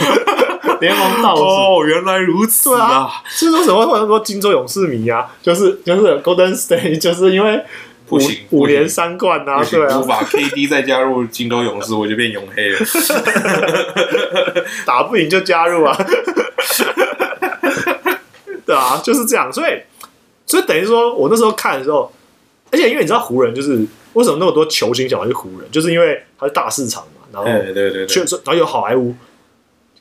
[SPEAKER 1] 联盟倒数。
[SPEAKER 3] 哦，原来如此
[SPEAKER 1] 对啊，！所以说什么或者说金州勇士迷啊，就是就是 Golden State，就是 因为
[SPEAKER 3] 不
[SPEAKER 1] 五
[SPEAKER 3] 行
[SPEAKER 1] 五
[SPEAKER 3] 不行
[SPEAKER 1] 连三冠啊，
[SPEAKER 3] 不行
[SPEAKER 1] 对，啊
[SPEAKER 3] 无，法 KD 再加入金州勇士，我就变永黑了。
[SPEAKER 1] 打不赢就加入 啊，对啊，就是这样。所以所以等于说我那时候看的时候，而且因为你知道湖人就是为什么那么多球星想要去湖人，就是因为它是大市场嘛，然后
[SPEAKER 3] 哎，对对对
[SPEAKER 1] 确
[SPEAKER 3] 对，
[SPEAKER 1] 实，然后有好莱坞，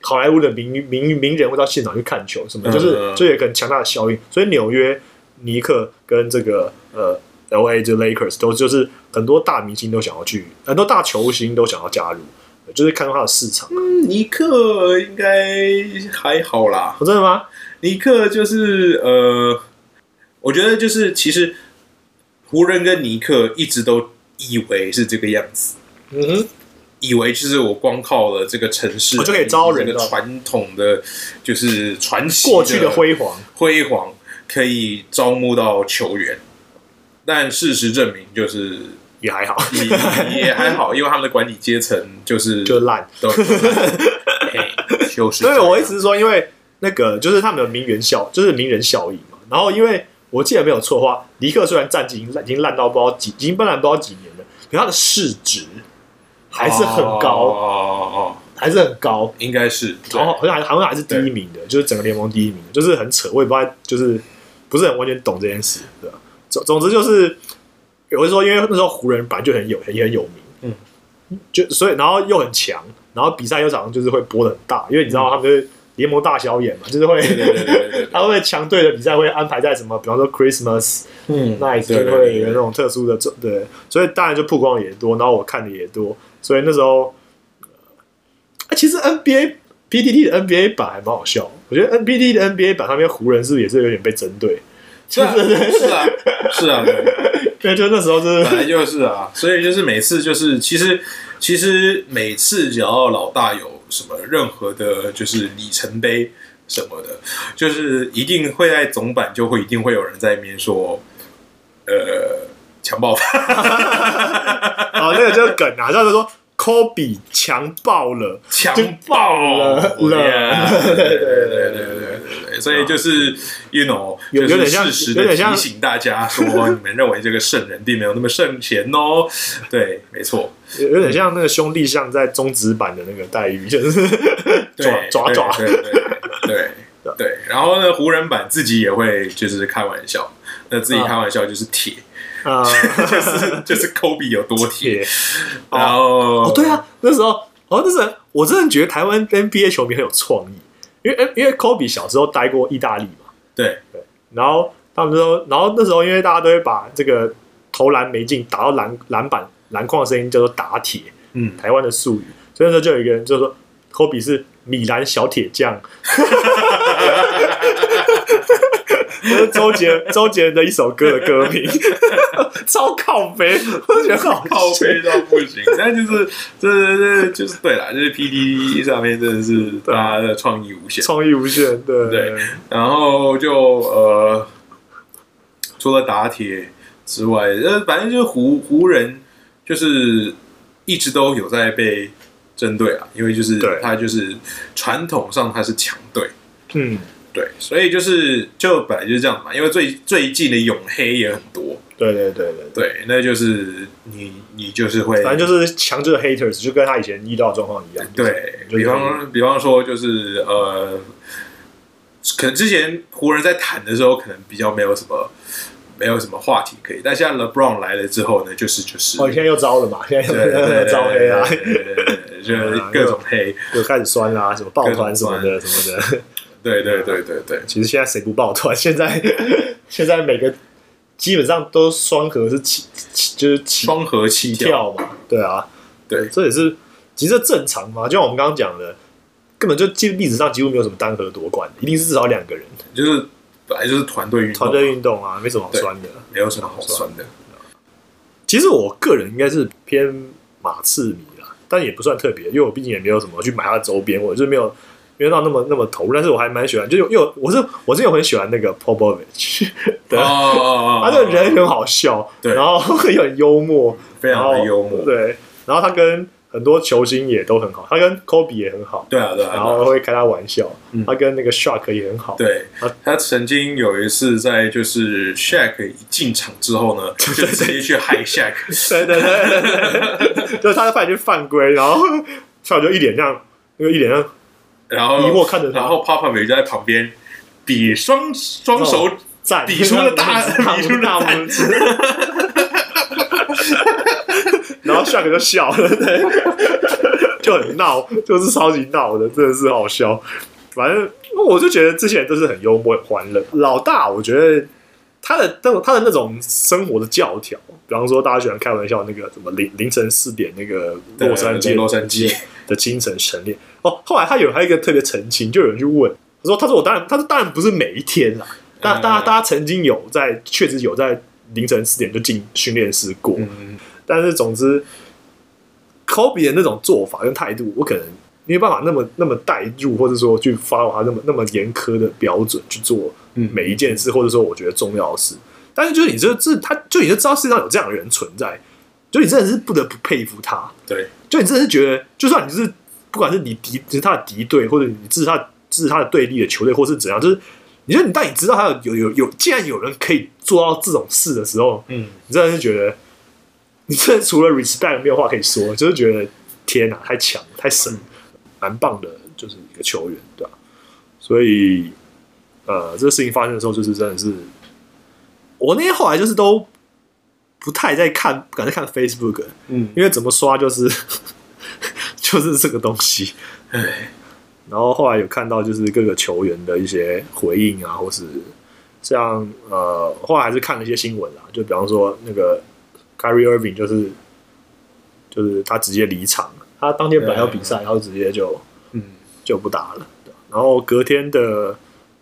[SPEAKER 1] 好莱坞的名名名人会到现场去看球，什么的
[SPEAKER 3] 嗯
[SPEAKER 1] 就是
[SPEAKER 3] 嗯
[SPEAKER 1] 这有一个很强大的效应。所以纽约尼克跟这个呃 L A 这 Lakers 都就是很多大明星都想要去，很多大球星都想要加入，就是看到他的市场。
[SPEAKER 3] 尼克应该还好啦。
[SPEAKER 1] 哦真的吗？
[SPEAKER 3] 尼克就是呃，我觉得就是其实湖人跟尼克一直都以为是这个样子，
[SPEAKER 1] 嗯哼，
[SPEAKER 3] 以为就是我光靠了这个城市，
[SPEAKER 1] 哦我就可以招人
[SPEAKER 3] 这个传统的就是传奇
[SPEAKER 1] 过去的辉煌，
[SPEAKER 3] 辉煌可以招募到球员，但事实证明就是
[SPEAKER 1] 也还好，
[SPEAKER 3] 也也还好，因为他们的管理阶层就是
[SPEAKER 1] 就烂。
[SPEAKER 3] 都 嘿就是这
[SPEAKER 1] 对，
[SPEAKER 3] 样
[SPEAKER 1] 我一直说，因为那个就是他们的名媛效，就是名人效应嘛。然后因为我记得没有错的话，尼克虽然战绩已经烂，已经烂到不知道几，已经烂到不知道几年了，可他的市值还是很高，哦
[SPEAKER 3] 哦哦哦哦，
[SPEAKER 1] 还是很高。
[SPEAKER 3] 应该是
[SPEAKER 1] 然后好像还好像还是第一名的，就是整个联盟第一名，就是很扯，我也不知道，就是不是很完全懂这件事，对吧？总总之就是，有人说，因为那时候湖人本来就很有也很有名，嗯，就所以然后又很强，然后比赛又常常就是会播的很大，因为你知道他们就是联盟大小眼嘛，就是会
[SPEAKER 3] 对对对对对对，
[SPEAKER 1] 他会强队的比赛会安排在什么，比方说 Christmas
[SPEAKER 3] 嗯
[SPEAKER 1] night 就
[SPEAKER 3] 对对
[SPEAKER 1] 会有
[SPEAKER 3] 对
[SPEAKER 1] 那种特殊的这对，所以当然就曝光也多，然后我看的也多，所以那时候，呃其实 NBA PTT 的 NBA 版还蛮好笑，我觉得 NPT 的 NBA 版上面湖人是不是也是有点被针对？
[SPEAKER 3] 是啊是啊是啊，对。
[SPEAKER 1] 对，就那时候就是
[SPEAKER 3] 本来就是啊，所以就是每次就是其实其实每次只要老大有什么任何的，就是里程碑什么的，就是一定会在总版就会一定会有人在那边说，呃，强暴犯，
[SPEAKER 1] 啊，那个就是梗啊，就是说 Kobe 强暴了，
[SPEAKER 3] 强
[SPEAKER 1] 就
[SPEAKER 3] 暴
[SPEAKER 1] 了
[SPEAKER 3] 对对对对对对对对，所以就是，you know，
[SPEAKER 1] 有有
[SPEAKER 3] 就
[SPEAKER 1] 点
[SPEAKER 3] 是
[SPEAKER 1] 像
[SPEAKER 3] 适时
[SPEAKER 1] 有
[SPEAKER 3] 的
[SPEAKER 1] 点像
[SPEAKER 3] 提醒大家说，你们认为这个圣人并没有那么圣贤哦，对，没错。
[SPEAKER 1] 有有点像那个兄弟像在中职版的那个待遇，就是抓
[SPEAKER 3] 对
[SPEAKER 1] 抓抓，
[SPEAKER 3] 对对对对对。然后呢，湖人版自己也会就是开玩笑，那自己开玩笑就是铁，
[SPEAKER 1] 啊。
[SPEAKER 3] 就是就是 Kobe 有多铁。
[SPEAKER 1] 也
[SPEAKER 3] 然后、
[SPEAKER 1] 哦，对，啊，那时候，哦，那时候我真的觉得台湾 NBA 球迷很有创意，因为 N- 因为 Kobe 小时候待过意大利嘛，
[SPEAKER 3] 对
[SPEAKER 1] 然后他们说，然后那时候因为大家都会把这个投篮没进打到篮篮板篮筐的声音叫做打铁，
[SPEAKER 3] 嗯，
[SPEAKER 1] 台湾的术语，所以那时候就有一个人就说 Kobe 是米兰小铁匠。 这是周杰周杰伦的一首歌的歌 名，超靠背，我就觉得很好
[SPEAKER 3] 靠
[SPEAKER 1] 笑
[SPEAKER 3] 背到不行。但就是这这就是对啦，就是 P D 上面真的是
[SPEAKER 1] 对啊
[SPEAKER 3] 大家的创意无 限。
[SPEAKER 1] 创意无限，对
[SPEAKER 3] 对然后就呃，除了打铁之外，呃，反正就是湖湖人就是一直都有在被针对啊，因为就是
[SPEAKER 1] 对
[SPEAKER 3] 他就是传统上他是强队，
[SPEAKER 1] 嗯，
[SPEAKER 3] 对，所以就是就本来就是这样嘛，因为最最近的永黑也很多，
[SPEAKER 1] 对对对对对，
[SPEAKER 3] 对，那就是你你就是会，
[SPEAKER 1] 反正就是强制的 haters，就跟他以前遇到的状况一样。
[SPEAKER 3] 对，
[SPEAKER 1] 就是
[SPEAKER 3] 比方比方说就是呃，可能之前湖人在谈的时候，可能比较没有什么没有什么话题可以，但现在 LeBron 来了之后呢，就是就是，
[SPEAKER 1] 哦，现在又招了嘛， 现在
[SPEAKER 3] 对对对
[SPEAKER 1] 又招黑啊，
[SPEAKER 3] 对对对对就是各种黑，
[SPEAKER 1] 又开始酸啦，什么抱团什么
[SPEAKER 3] 各
[SPEAKER 1] 的什么的。
[SPEAKER 3] 对
[SPEAKER 1] 啊
[SPEAKER 3] 对对对对，
[SPEAKER 1] 其实现在谁不抱团？现在 现在每个基本上都双核是起，起就是起
[SPEAKER 3] 双核七跳，
[SPEAKER 1] 跳嘛，对啊，
[SPEAKER 3] 对
[SPEAKER 1] 这也是其实这正常嘛，就像我们刚刚讲的，根本就基历史上几乎没有什么单核夺冠的，一定是至少两个人
[SPEAKER 3] 就是本来就是团队运动，
[SPEAKER 1] 团队运动啊，没什么好酸的。
[SPEAKER 3] 没有什么好酸的，
[SPEAKER 1] 其实我个人应该是偏马刺迷啦，但也不算特别，因为我毕竟也没有什么去买它的周边，我就是没有没有到那么那么投入，但是我还蛮喜欢，就是因为我我是我是有很喜欢那个 Popovich，对啊
[SPEAKER 3] 哦哦哦，
[SPEAKER 1] 他这个人很好笑，
[SPEAKER 3] 对
[SPEAKER 1] 然后又很幽默，
[SPEAKER 3] 非常
[SPEAKER 1] 然
[SPEAKER 3] 的
[SPEAKER 1] 后
[SPEAKER 3] 幽默，
[SPEAKER 1] 对，然后他跟很多球星也都很好，他跟 Kobe 也很好，
[SPEAKER 3] 对啊对啊，
[SPEAKER 1] 然后会开他玩笑，
[SPEAKER 3] 嗯
[SPEAKER 1] 他跟那个 Shark 也很好，
[SPEAKER 3] 对
[SPEAKER 1] 啊，
[SPEAKER 3] 他曾经有一次在就是 Shaq 一进场之后呢，就直接去嗨 Shaq，
[SPEAKER 1] 对对对对对，就是他在犯就犯规，然后 Shark 就一脸这样，那个一脸这样。
[SPEAKER 3] 然后
[SPEAKER 1] 疑惑看着他
[SPEAKER 3] 然后 Papa 美就在旁边比双双
[SPEAKER 1] 哦
[SPEAKER 3] 手，
[SPEAKER 1] 赞，
[SPEAKER 3] 比出 了大比出了
[SPEAKER 1] 大
[SPEAKER 3] 赞
[SPEAKER 1] 拇指。然后 Shark 就笑了，对， 就很闹，就是超级闹的，真的是好笑。反正我就觉得这些人都是很幽默、很欢乐。老大，我觉得他的那种他的那种生活的教条，比方说大家喜欢开玩笑那个什么凌凌晨四点那个洛杉
[SPEAKER 3] 对
[SPEAKER 1] 矶
[SPEAKER 3] 洛杉矶
[SPEAKER 1] 的精神陈列。哦，后来他有还有一个特别澄清，就有人去问，他说：“他说我当然，他说当然不是每一天啦，但
[SPEAKER 3] 嗯
[SPEAKER 1] 大家大家曾经有在，确实有在凌晨四点就进训练室过，
[SPEAKER 3] 嗯，
[SPEAKER 1] 但是总之科比的那种做法跟态度，我可能没有办法那么那么带入，或者说去发他那么那么严苛的标准去做每一件事，或者说我觉得重要的事。但是就是你这这他就你就知道世界上有这样的人存在，就你真的是不得不佩服他。
[SPEAKER 3] 对，
[SPEAKER 1] 就你真的是觉得，就算你是不管是你敌，你是他的敌对，或者你支持他支持他的对立的球队，或是怎样，就是你觉得你当你知道他有有有有，既然有人可以做到这种事的时候，
[SPEAKER 2] 嗯，
[SPEAKER 1] 你真的是觉得，你真的除了 respect 没有话可以说，就是觉得天哪，太强太神，蛮棒的，就是一个球员，对吧、所以，呃，这个事情发生的时候，就是真的是，我那天后来就是都不太在看，不敢再看 Facebook，
[SPEAKER 3] 嗯，
[SPEAKER 1] 因为怎么刷就是 就是这个东西。然后后来有看到就是各个球员的一些回应啊，或是像呃，后来还是看了一些新闻啦，就比方说那个 Kyrie Irving 就是就是他直接离场，他当天本来要比赛，然后直接就
[SPEAKER 3] 嗯
[SPEAKER 1] 就不打了。对然后隔天的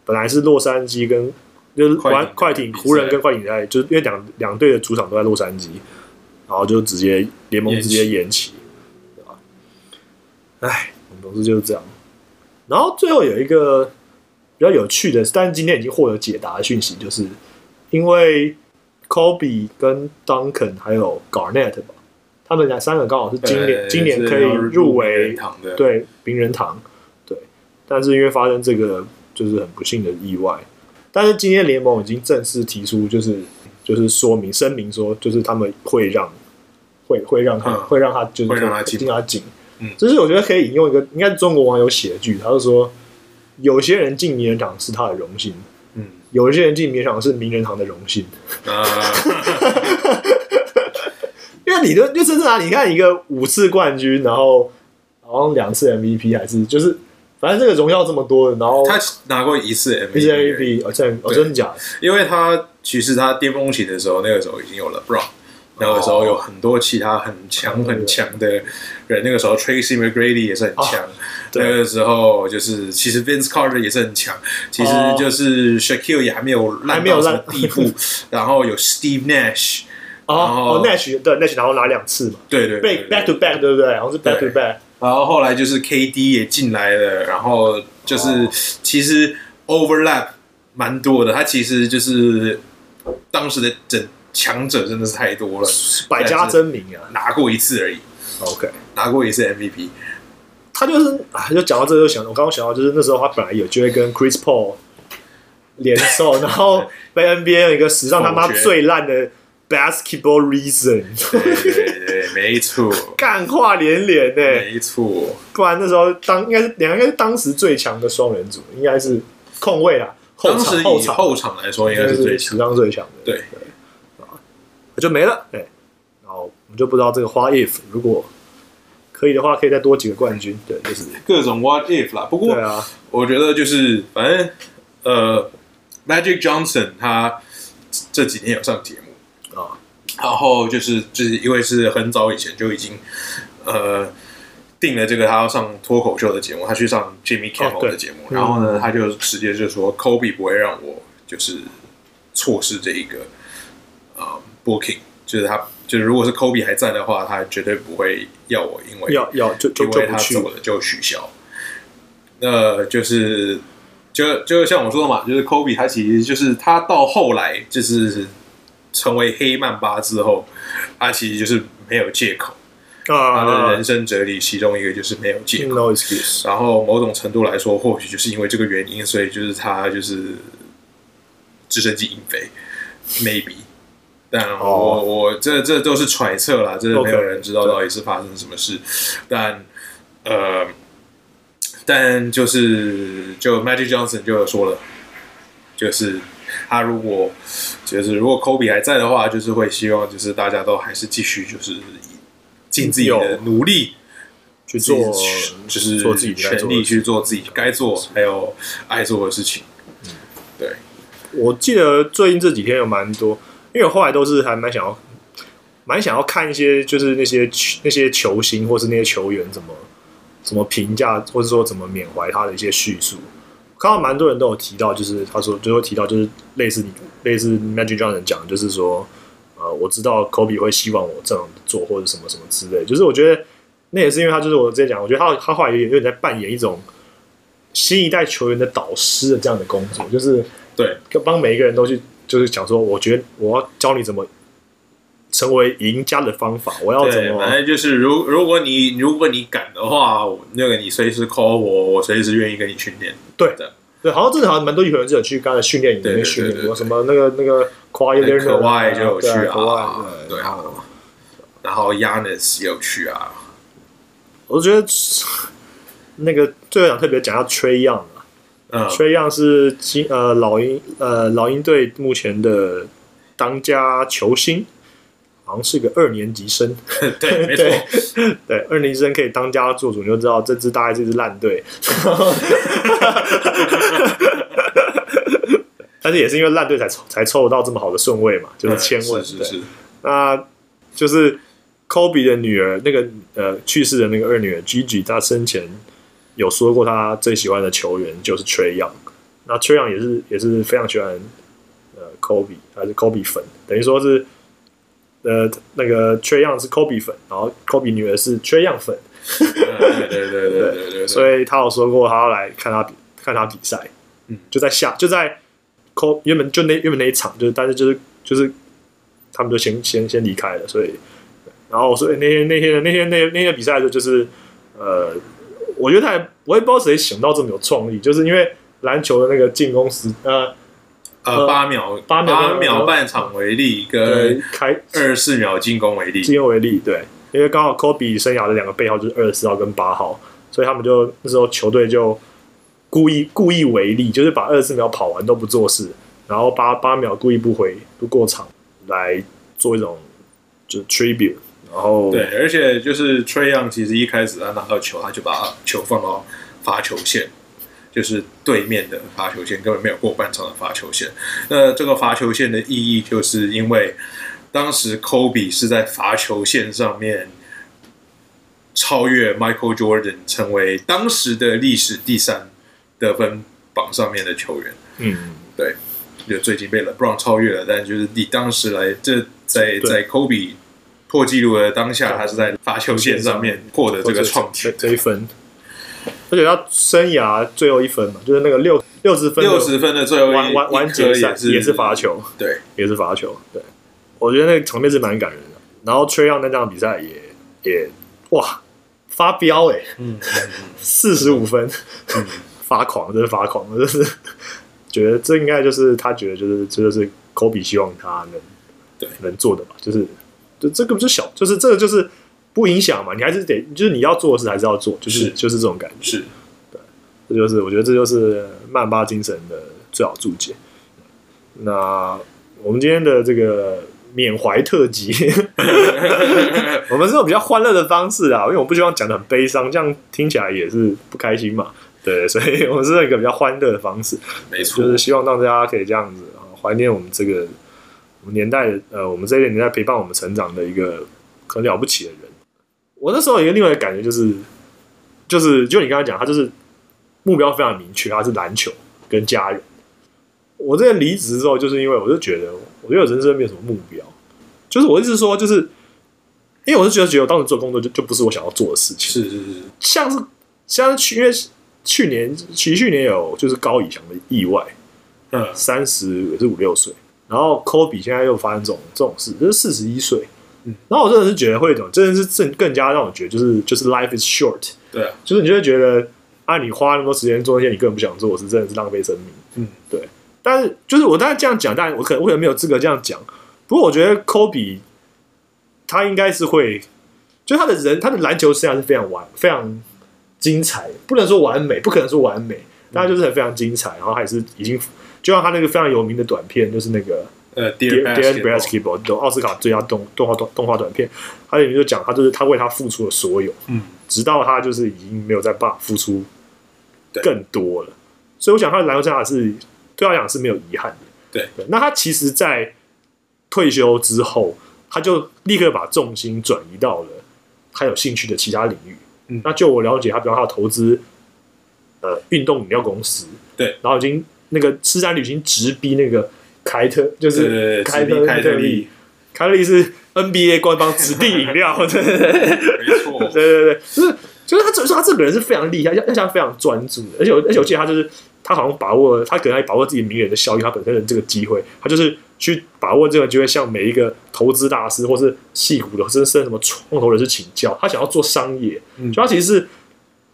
[SPEAKER 1] 本来是洛杉矶跟就是
[SPEAKER 3] 快艇
[SPEAKER 1] 玩快艇、
[SPEAKER 3] 比赛
[SPEAKER 1] 湖人跟快艇在，就是因为两两队的主场都在洛杉矶，然后就直接联盟
[SPEAKER 3] 延
[SPEAKER 1] 直
[SPEAKER 3] 期
[SPEAKER 1] 接延期，对吧？唉，我们总之就是这样。然后最后有一个比较有趣的，但是今天已经获得解答的讯息，就是因为 Kobe 跟 Duncan 还有 Garnett 吧，他们俩三个刚好是今年、
[SPEAKER 3] 呃
[SPEAKER 1] 今年可以
[SPEAKER 3] 是要
[SPEAKER 1] 入围
[SPEAKER 3] 名人堂的，，
[SPEAKER 1] 对名人堂，对，但是因为发生这个就是很不幸的意外，但是今天联盟已经正式提出就是就是说明声明说，就是他们会让会会让他、
[SPEAKER 3] 嗯
[SPEAKER 1] 会让他就是
[SPEAKER 3] 会让他进
[SPEAKER 1] 进他进，
[SPEAKER 3] 嗯
[SPEAKER 1] 就是我觉得可以引用一个应该是中国网友写的句，他就说有些人进名人堂是他的荣幸，
[SPEAKER 3] 嗯
[SPEAKER 1] 有些人进名人堂是名人堂的荣幸。
[SPEAKER 3] 啊，
[SPEAKER 1] 因为你的就真正啊，你看一个五次冠军，然后好像两次 MVP 还是就是，反正这个荣耀这么多，然后
[SPEAKER 3] 他拿过一次
[SPEAKER 1] 一次
[SPEAKER 3] MVP，
[SPEAKER 1] MVP，哦，真哦真的假的？
[SPEAKER 3] 因为他其实他巅峰期的时候，那个时候已经有了 Brown，那个时候有很多其他很强很强的人，那个时候 Tracy McGrady 也是很强，
[SPEAKER 1] 啊对
[SPEAKER 3] 那个时候就是其实 Vince Carter 也是很强，其实
[SPEAKER 1] 哦
[SPEAKER 3] 就是 Shaquille 也还没有
[SPEAKER 1] 还
[SPEAKER 3] 烂
[SPEAKER 1] 没有
[SPEAKER 3] 到什
[SPEAKER 1] 烂
[SPEAKER 3] 么地 步，然后有 Steve Nash，
[SPEAKER 1] 哦
[SPEAKER 3] 然后
[SPEAKER 1] 哦，Nash 对 Nash 然后拿两次嘛
[SPEAKER 3] 对对
[SPEAKER 1] ，back
[SPEAKER 3] 对
[SPEAKER 1] back to back 对不对？然后是 back to
[SPEAKER 3] 对
[SPEAKER 1] back，
[SPEAKER 3] 然后后来就是 KD 也进来了，然后就是、
[SPEAKER 1] 哦
[SPEAKER 3] 其实 overlap 蛮多的，他其实就是当时的整强者真的是太多了，
[SPEAKER 1] 百家争鸣啊。
[SPEAKER 3] 拿过一次而已，
[SPEAKER 1] OK，
[SPEAKER 3] 拿过一次 MVP，
[SPEAKER 1] 他就是啊，就讲到这个就想，我刚刚想到就是那时候他本来有机会跟 Chris Paul 联手，然后被 NBA 有一个史上他妈
[SPEAKER 3] 否决
[SPEAKER 1] 最烂的 basketball reason，
[SPEAKER 3] 对对对，没错，
[SPEAKER 1] 干话连连呢、
[SPEAKER 3] 没错，
[SPEAKER 1] 不然那时候当应该是两个应该是当时最强的双人组，应该是控卫啦，后
[SPEAKER 3] 当
[SPEAKER 1] 场
[SPEAKER 3] 时
[SPEAKER 1] 后
[SPEAKER 3] 以
[SPEAKER 1] 场
[SPEAKER 3] 后场来说应该是最
[SPEAKER 1] 是
[SPEAKER 3] 强
[SPEAKER 1] 史，上最强的，
[SPEAKER 3] 对，
[SPEAKER 1] 就没了，对，然后我们就不知道这个花 if 如果可以的话，可以再多几个冠军，对，就是
[SPEAKER 3] 各种 what if 啦，不过
[SPEAKER 1] 对啊，
[SPEAKER 3] 我觉得就是反正呃，Magic Johnson 他这几年有上节目
[SPEAKER 1] 啊，
[SPEAKER 3] 然后就是就是因为是很早以前就已经呃定了这个他要上脱口秀的节目，他去上 Jimmy
[SPEAKER 1] 哦
[SPEAKER 3] Kimmel
[SPEAKER 1] 对嗯
[SPEAKER 3] 的节目，然后呢他就直接就说 Kobe 不会让我就是错失这一个啊、booking，就是他就是如果是 Kobe 还在的话，他绝对不会要我因为
[SPEAKER 1] 要要就就
[SPEAKER 3] 因
[SPEAKER 1] 就
[SPEAKER 3] 为
[SPEAKER 1] 不
[SPEAKER 3] 他
[SPEAKER 1] 去
[SPEAKER 3] 走了就取消。那就是就就像我说的嘛，就是 Kobe 他其实就是他到后来就是成为黑曼巴之后，他其实就是没有借口。他的
[SPEAKER 1] 啊
[SPEAKER 3] 人生哲理其中一个就是没有借口。
[SPEAKER 1] ，no excuse，
[SPEAKER 3] 然后某种程度来说，或许就是因为这个原因，所以就是他就是直升机引飞，maybe。但我、
[SPEAKER 1] 哦
[SPEAKER 3] 我这这都是揣测啦，这
[SPEAKER 1] OK，
[SPEAKER 3] 没有人知道到底是发生什么事。但呃，但就是就 Magic Johnson 就有说了，就是他如果就是如果 Kobe 还在的话，就是会希望就是大家都还是继续就是以尽自己
[SPEAKER 1] 有
[SPEAKER 3] 的努力。
[SPEAKER 1] 去做
[SPEAKER 3] 就是
[SPEAKER 1] 做自己该
[SPEAKER 3] 全
[SPEAKER 1] 做的
[SPEAKER 3] 力
[SPEAKER 1] 事。
[SPEAKER 3] 去做自己该做还有爱做的事情。对，
[SPEAKER 1] 我记得最近这几天有蛮多，因为我后来都是还蛮想要，蛮想要看一些就是那些那些球星或是那些球员怎么怎么评价，或者说怎么缅怀他的一些叙述。看到蛮多人都有提到，就是他说最后提到就是类似你类似 Magic Johnson 讲的，就是说呃，我知道 Kobe 会希望我这样做或者什么什么之类，就是我觉得那也是因为他就是我之前讲，我觉得他他后来有点有点在扮演一种新一代球员的导师的这样的工作，就是
[SPEAKER 3] 对
[SPEAKER 1] 帮每一个人都去就是讲说，我觉得我要教你怎么成为赢家的方法，我要怎
[SPEAKER 3] 对，
[SPEAKER 1] 么
[SPEAKER 3] 反正就是如如果你如果你敢的话，我那个你随时 call 我，我随时愿意跟你训练。
[SPEAKER 1] 对
[SPEAKER 3] 的，
[SPEAKER 1] 对，好像真的好像蛮多球员是有去刚才训练营里面
[SPEAKER 3] 对对
[SPEAKER 1] 训练
[SPEAKER 3] 对
[SPEAKER 1] 过，
[SPEAKER 3] 对
[SPEAKER 1] 什么那个那个 Kawhi
[SPEAKER 3] 那
[SPEAKER 1] Leonard
[SPEAKER 3] 可外就有去
[SPEAKER 1] 对可外
[SPEAKER 3] 啊，对啊，然后 Yanis 也有去啊，
[SPEAKER 1] 我觉得那个最后想特别讲一下 Trey Young 啊
[SPEAKER 3] 嗯，
[SPEAKER 1] ，Trey Young 是今呃老鹰呃老鹰队目前的当家球星，好像是个二年级生。
[SPEAKER 3] 对，没错，
[SPEAKER 1] 对对，二年级生可以当家做主，你就知道这支大概是一支烂 队。但是也是因为烂队才凑才凑到这么好的顺位嘛，就是千位。
[SPEAKER 3] 嗯是
[SPEAKER 1] 对
[SPEAKER 3] 是是，
[SPEAKER 1] 那就是科比的女儿，那个呃去世的那个二女儿 Gigi，她生前有说过，她最喜欢的球员就是 Trey Young。那 Trey Young 也是也是非常喜欢呃 Kobe，还是 Kobe 粉，等于说是呃那个 Trey Young 是 Kobe 粉，然后 Kobe 女儿是 Trey Young 粉，
[SPEAKER 3] 嗯对对对对对对，以
[SPEAKER 1] 所以他有说过他要来看他比看他比赛，
[SPEAKER 3] 嗯，
[SPEAKER 1] 就在下就在 Co 原本就那原本那一场，就是但是就是就是他们就先先先离开了，所以然后所以那天那天那天那天那天比赛的时候就是呃，我觉得他也我也不知道谁想到这么有创意，就是因为篮球的那个进攻时呃
[SPEAKER 3] 呃八秒
[SPEAKER 1] 八秒
[SPEAKER 3] 八秒半场为例，跟
[SPEAKER 1] 呃开
[SPEAKER 3] 二十四秒进攻为例，
[SPEAKER 1] 进为例，对，因为刚好科比生涯的两个背号就是二十四号跟八号，所以他们就那时候球队就故意故意违例，就是把二十四秒跑完都不做事，然后八八秒故意不回不过场来做一种就是 tribute，然后
[SPEAKER 3] 对，而且就是 Trey Young 其实一开始他拿到球，他就把球放到罚球线，就是对面的罚球线，根本没有过半场的罚球线。那这个罚球线的意义，就是因为当时 Kobe 是在罚球线上面超越 Michael Jordan，成为当时的历史第三得分榜上面的球员。
[SPEAKER 1] 嗯，
[SPEAKER 3] 对，就最近被 LeBron 超越了，但就是以当时来，这在在 Kobe 破纪录的当下，他是在罚球线上面
[SPEAKER 1] 嗯
[SPEAKER 3] 获得这个创
[SPEAKER 1] 这
[SPEAKER 3] 举，
[SPEAKER 1] 这一分，而且他生涯最后一分嘛，就是那个六六十分的
[SPEAKER 3] 六十分的最后一
[SPEAKER 1] 完完完结
[SPEAKER 3] 一颗
[SPEAKER 1] 赛
[SPEAKER 3] 也是
[SPEAKER 1] 也是罚，球。
[SPEAKER 3] 对，
[SPEAKER 1] 也是罚球。对，我觉得那个场面是蛮感人的。然后 Trey Young 那场比赛也也哇发飙哎、
[SPEAKER 3] 嗯，
[SPEAKER 1] 四十五分，发狂，真是发狂，我就是觉得这应该就是他觉得就是这就是科比希望他能
[SPEAKER 3] 对
[SPEAKER 1] 能做的吧，就是就这个不是小，就是这个就是不影响嘛，你还是得就是你要做的事还是要做，就是
[SPEAKER 3] 是
[SPEAKER 1] 就是这种感觉，
[SPEAKER 3] 是
[SPEAKER 1] 这就是我觉得这就是曼巴精神的最好注解。那我们今天的这个缅怀特辑， 我们是用比较欢乐的方式啊，因为我不希望讲的很悲伤，这样听起来也是不开心嘛。对，所以我们是用一个比较欢乐的方式，
[SPEAKER 3] 没错
[SPEAKER 1] 就，是希望让大家可以这样子啊，怀念我们这个我们年代的呃，我们这一个年代陪伴我们成长的一个很了不起的人。我那时候有一个另外一个感觉就是，就是就你刚才讲，他就是目标非常明确，他是篮球跟家人。我之前离职之后，就是因为我就觉得，我觉得我人生没有什么目标，就是我一直说，就是因为我是觉得，觉得我当时做工作就就不是我想要做的事情，
[SPEAKER 3] 是是是，
[SPEAKER 1] 像是像是去，因为去年其实去年有就是高以翔的意外，
[SPEAKER 3] 嗯，
[SPEAKER 1] 三十也是五六岁，然后科比现在又发生这种这种事，就是四十一岁。
[SPEAKER 3] 嗯
[SPEAKER 1] 然后我真的是觉得会有一种，真的是更更加让我觉得就是就是 life is short，
[SPEAKER 3] 对啊，
[SPEAKER 1] 就是你就会觉得啊，你花那么多时间做那些你根本不想做的事，真的是浪费生命。
[SPEAKER 3] 嗯，
[SPEAKER 1] 对。但是就是我当然这样讲，但我可能我可能没有资格这样讲。不过我觉得科比他应该是会，就他的人他的篮球生涯是非常完非常精彩，不能说完美，不可能说完美，但他就是很非常精彩。然后他也是已经，就像他那个非常有名的短片，就是那个
[SPEAKER 3] 呃
[SPEAKER 1] Dear
[SPEAKER 3] ，Dear
[SPEAKER 1] Dear
[SPEAKER 3] Basketball，
[SPEAKER 1] Basketball，就奥斯卡最佳动动画动动画短片，他里面就讲他就是他为他付出了所有，
[SPEAKER 3] 嗯，
[SPEAKER 1] 直到他就是已经没有再办法付出
[SPEAKER 3] 对
[SPEAKER 1] 更多了。所以我想他的篮球生涯是对他来讲是没有遗憾的。
[SPEAKER 3] 对
[SPEAKER 1] 那他其实，在退休之后，他就立刻把重心转移到了他有兴趣的其他领域。
[SPEAKER 3] 嗯
[SPEAKER 1] 那就我了解，他比方他有投资呃运动饮料公司，
[SPEAKER 3] 对，
[SPEAKER 1] 然后已经那个施展旅行直逼那个凯特，就
[SPEAKER 3] 对对
[SPEAKER 1] 是
[SPEAKER 3] 对，
[SPEAKER 1] 凯
[SPEAKER 3] 凯
[SPEAKER 1] 特
[SPEAKER 3] 特利，
[SPEAKER 1] 凯特利是 NBA 官方指定饮料，对对对
[SPEAKER 3] 没错，
[SPEAKER 1] 对 对对，就是就是他，就是他这个人是非常厉害，要要像非常专注的，而且我而且我记得他就是他好像把握他可能还把握自己名人的效应，他本身的这个机会，他就是去把握这个机会，向每一个投资大师或是戏骨的，甚至什么创投人士请教，他想要做商业，
[SPEAKER 3] 嗯
[SPEAKER 1] 所以他其实是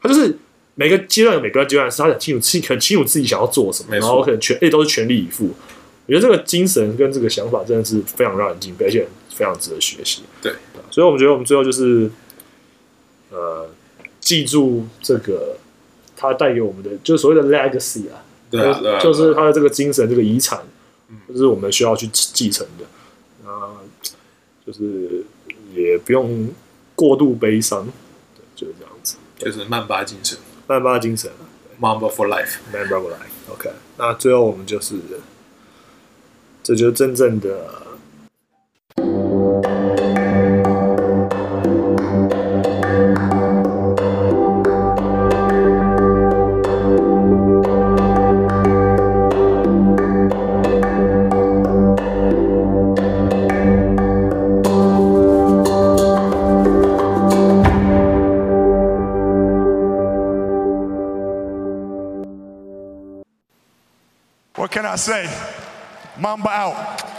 [SPEAKER 1] 他就是。每个阶段有每个阶段的事，他很清楚自己很清楚自己想要做什么，
[SPEAKER 3] 没
[SPEAKER 1] 然
[SPEAKER 3] 错
[SPEAKER 1] 后很全，哎，都是全力以赴。我觉得这个精神跟这个想法真的是非常让人敬佩，而且非常值得学习。
[SPEAKER 3] 对，
[SPEAKER 1] 所以我们觉得我们最后就是，呃，记住这个他带给我们的，就是所谓的 legacy 啊，
[SPEAKER 3] 对啊，对啊，
[SPEAKER 1] 就是
[SPEAKER 3] 对啊嗯
[SPEAKER 1] 他的这个精神、这个遗产，就是我们需要去继承的。啊、就是也不用过度悲伤，对就是这样子。
[SPEAKER 3] 就是曼巴精神
[SPEAKER 1] 曼巴精神啊。
[SPEAKER 3] ，Mamba for life。
[SPEAKER 1] Man b u b b l OK，那最后我们就是，这就是真正的。
[SPEAKER 4] What can I say? Mamba out.